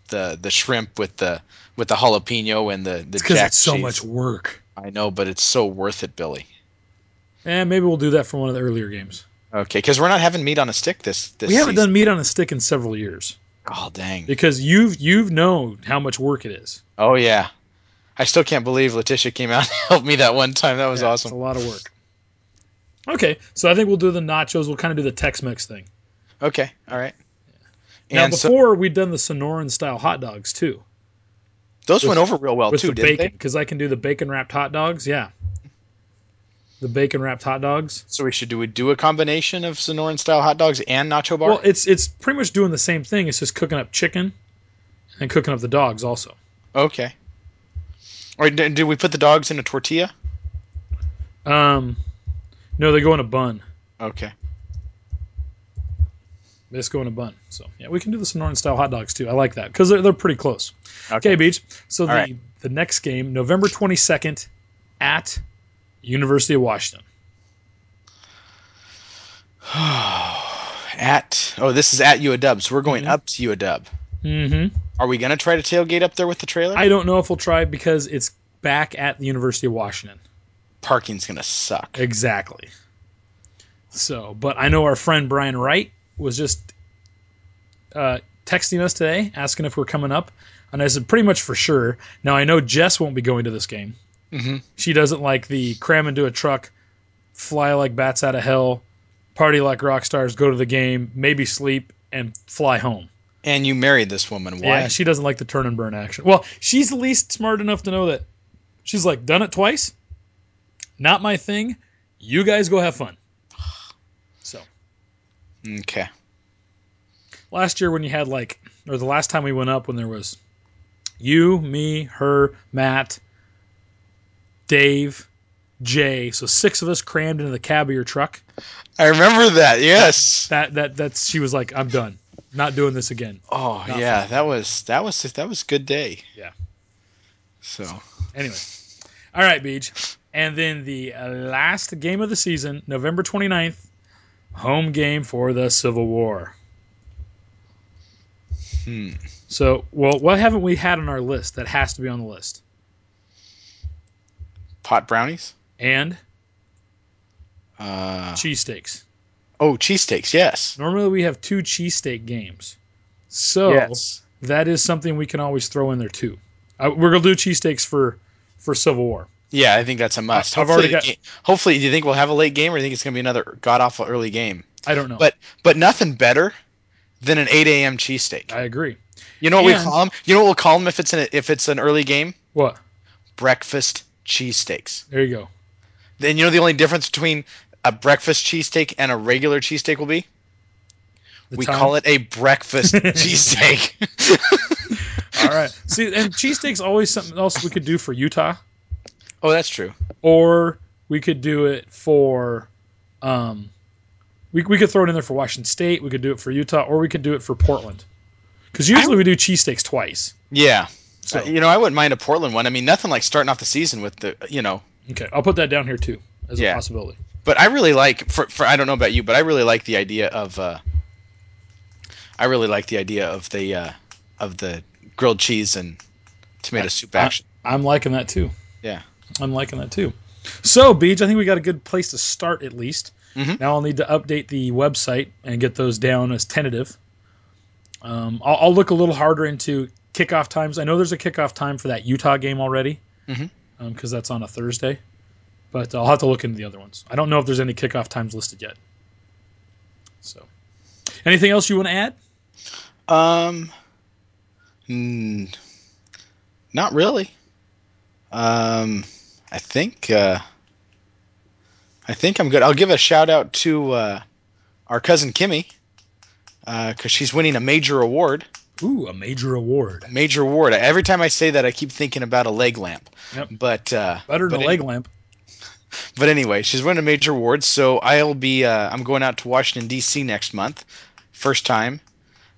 E: the the shrimp with the with the jalapeno and the the
D: Because
E: jack
D: it's so
E: cheese.
D: much work.
E: i know but it's so worth it billy
D: And maybe we'll do that for one of the earlier games.
E: okay because we're not having meat on a stick this this
D: We haven't
E: season.
D: done meat on a stick in several years
E: oh dang
D: because you've you've known how much work it is.
E: Oh yeah, I still can't believe Letitia came out and helped me that one time. That was
D: Yeah, It's a
E: awesome.
D: lot of work. Okay, so I think we'll do the nachos. We'll kind of do the Tex-Mex thing.
E: Okay, all right.
D: Now,
E: and so
D: before we've done the Sonoran style hot dogs too.
E: those went over real well
D: with
E: too,
D: the
E: didn't
D: bacon
E: they?
D: because I can do the bacon wrapped hot dogs. Yeah, the bacon wrapped hot dogs.
E: So we should do we do a combination of Sonoran style hot dogs and nacho bar?
D: Well, it's it's pretty much doing the same thing. It's just cooking up chicken and cooking up the dogs also.
E: okay. Or d- did we put the dogs in a tortilla?
D: Um, no, they go in a bun.
E: Okay.
D: They just go in a bun. So yeah, we can do the Sonoran style hot dogs too. I like that because they're, they're pretty close. Okay, Beach. So the,
E: right.
D: the next game, November 22nd at University of Washington.
E: At oh, this is at U of Dub, so we're going up to U of Dub.
D: Mm-hmm.
E: Are we gonna try to tailgate up there with the trailer?
D: I don't know if we'll try because it's back at the University of Washington.
E: Parking's gonna suck.
D: Exactly. So, but I know our friend Brian Wright was just uh, texting us today asking if we're coming up, and I said pretty much for sure. Now I know Jess won't be going to this game. Mm-hmm. She doesn't like the cram into a truck, fly like bats out of hell, party like rock stars, go to the game, maybe sleep, and fly home.
E: And you married this woman. Why?
D: Yeah, she doesn't like the turn and burn action. Well, she's at least smart enough to know that she's like done it twice. Not my thing. You guys go have fun. So
E: okay.
D: last year when you had like, or the last time we went up when there was you, me, her, Matt, Dave, Jay, so six of us crammed into the cab of your truck.
E: I remember that. Yes.
D: That that that's she was like, I'm done, not doing this again.
E: Oh yeah, that was that was that was a good day.
D: Yeah.
E: So
D: Anyway, all right, Beach. And then the uh, last game of the season, November 29th, home game for the Civil War. Hmm. So, well, what haven't we had on our list that has to be on the list?
E: pot brownies.
D: And
E: Uh,
D: cheesesteaks.
E: oh, cheesesteaks. Yes.
D: Normally we have two cheesesteak games. So,
E: Yes.
D: that is something we can always throw in there too. Uh, we're going to do cheesesteaks for, for Civil War.
E: Yeah, I think that's a must.
D: I've
E: hopefully,
D: already got-
E: the ga- hopefully, do you think we'll have a late game, or do you think it's going to be another god awful early game?
D: I don't know.
E: But but nothing better than an 8 a.m. cheesesteak.
D: I agree.
E: You know what
D: and-
E: we call them? You know what we'll call them if it's an if it's an early game?
D: What?
E: Breakfast cheesesteaks.
D: There you go.
E: Then you know the only difference between a breakfast cheesesteak and a regular cheesesteak will be
D: The
E: we
D: time-
E: call it a breakfast cheesesteak.
D: All right. See, and cheesesteak's always something else we could do for Utah,
E: oh, that's true.
D: or we could do it for, um, we, we could throw it in there for Washington State. We could do it for Utah, or we could do it for Portland. Because usually we do cheesesteaks twice.
E: Yeah.
D: So
E: Uh, you know, I wouldn't mind a Portland one. I mean, nothing like starting off the season with the you know
D: okay, I'll put that down here too as a
E: Yeah.
D: possibility.
E: but I really like for, for I don't know about you, but I really like the idea of uh, I really like the idea of the uh, of the grilled cheese and tomato soup action.
D: I'm liking that too.
E: yeah,
D: I'm liking that too. So, Beach, I think we got a good place to start at least.
E: Mm-hmm.
D: Now I'll need to update the website and get those down as tentative. Um, I'll, I'll look a little harder into kickoff times. I know there's a kickoff time for that Utah game already
E: Mm-hmm.
D: because that's on a Thursday, but I'll have to look into the other ones. I don't know if there's any kickoff times listed yet. So, anything else you want to add?
E: um, mm, not really. Um, I think uh, I think I'm good. I'll give a shout out to uh, our cousin Kimmy because she's winning a major award.
D: Ooh, a major award.
E: Major award. Every time I say that, I keep thinking about a leg lamp.
D: Yep.
E: But uh,
D: Better than
E: but
D: a
E: any-
D: leg lamp.
E: But anyway, she's winning a major award, so I'll be. Uh, I'm going out to Washington D.C. next month, first time.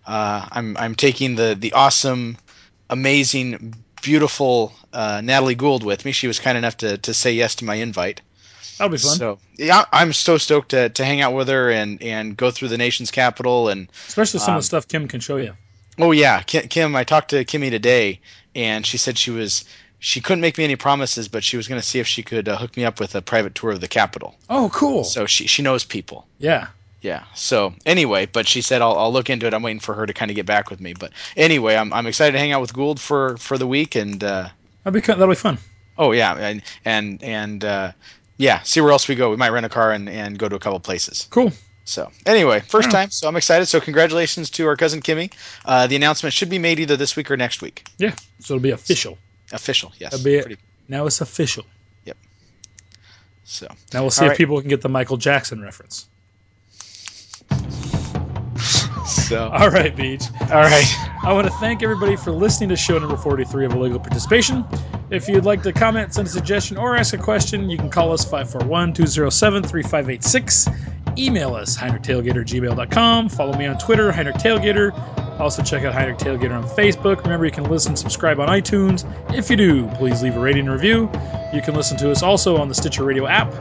E: Uh, I'm I'm taking the the awesome, amazing, beautiful uh, Natalie Gould with me. She was kind enough to to say yes to my invite.
D: That'll be fun,
E: So yeah, I'm so stoked to, to hang out with her and and go through the nation's capital and
D: especially some of
E: um,
D: the stuff Kim can show you.
E: Oh yeah, Ki- Kim. I talked to Kimmy today, and she said she was she couldn't make me any promises, but she was going to see if she could uh, hook me up with a private tour of the Capitol.
D: Oh, cool.
E: So she she knows people.
D: yeah.
E: Yeah. So anyway, but she said I'll, I'll look into it. I'm waiting for her to kind of get back with me. But anyway, I'm I'm excited to hang out with Gould for for the week, and uh,
D: That'd be, that'll be fun.
E: oh yeah, and and and uh, yeah, see where else we go. We might rent a car and and go to a couple places.
D: Cool.
E: So anyway, first time. So I'm excited. So congratulations to our cousin Kimmy. Uh, the announcement should be made either this week or next week.
D: Yeah. So it'll be official.
E: Official, yes.
D: That'll be it.
E: Pretty-
D: Now it's official.
E: So
D: Now we'll see
E: All
D: if
E: right.
D: people can get the Michael Jackson reference.
E: So, all
D: All right, Beach.
E: right.
D: I want to thank everybody for listening to show number 43 of Illegal Participation. If you'd like to comment, send a suggestion, or ask a question, you can call us 541 207 3586. Email us, HeinrichTailgater@gmail.com. Follow me on Twitter, Heinrich Tailgater. Also, check out Heinrich Tailgater on Facebook. Remember, you can listen, subscribe on iTunes. If you do, please leave a rating and review. You can listen to us also on the Stitcher Radio app.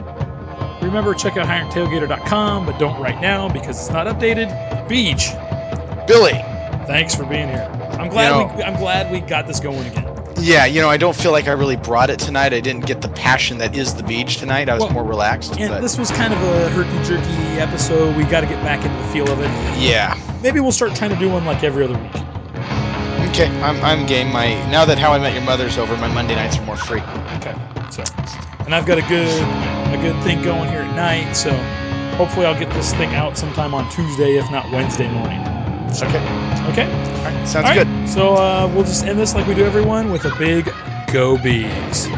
D: Remember, check out HeinrichTailgater.com, but don't right now because it's not updated. Beach,
E: Billy.
D: Thanks for being here. I'm glad
E: You know-
D: we I'm glad we got this going again.
E: Yeah, you know, I don't feel like I really brought it tonight. I didn't get the passion that is the beach tonight. I was
D: Well,
E: more relaxed.
D: And
E: But
D: this was kind of a herky jerky episode. We got to get back into the feel of it.
E: yeah.
D: Maybe we'll start trying to do one like every other week.
E: Okay, I'm, I'm game. My now that How I Met Your Mother's over, my Monday nights are more free.
D: Okay. So, and I've got a good a good thing going here at night. So, hopefully, I'll get this thing out sometime on Tuesday, if not Wednesday morning.
E: Okay,
D: Okay.
E: sounds
D: All right.
E: good.
D: So uh, we'll just end this like we do everyone with a big go bees.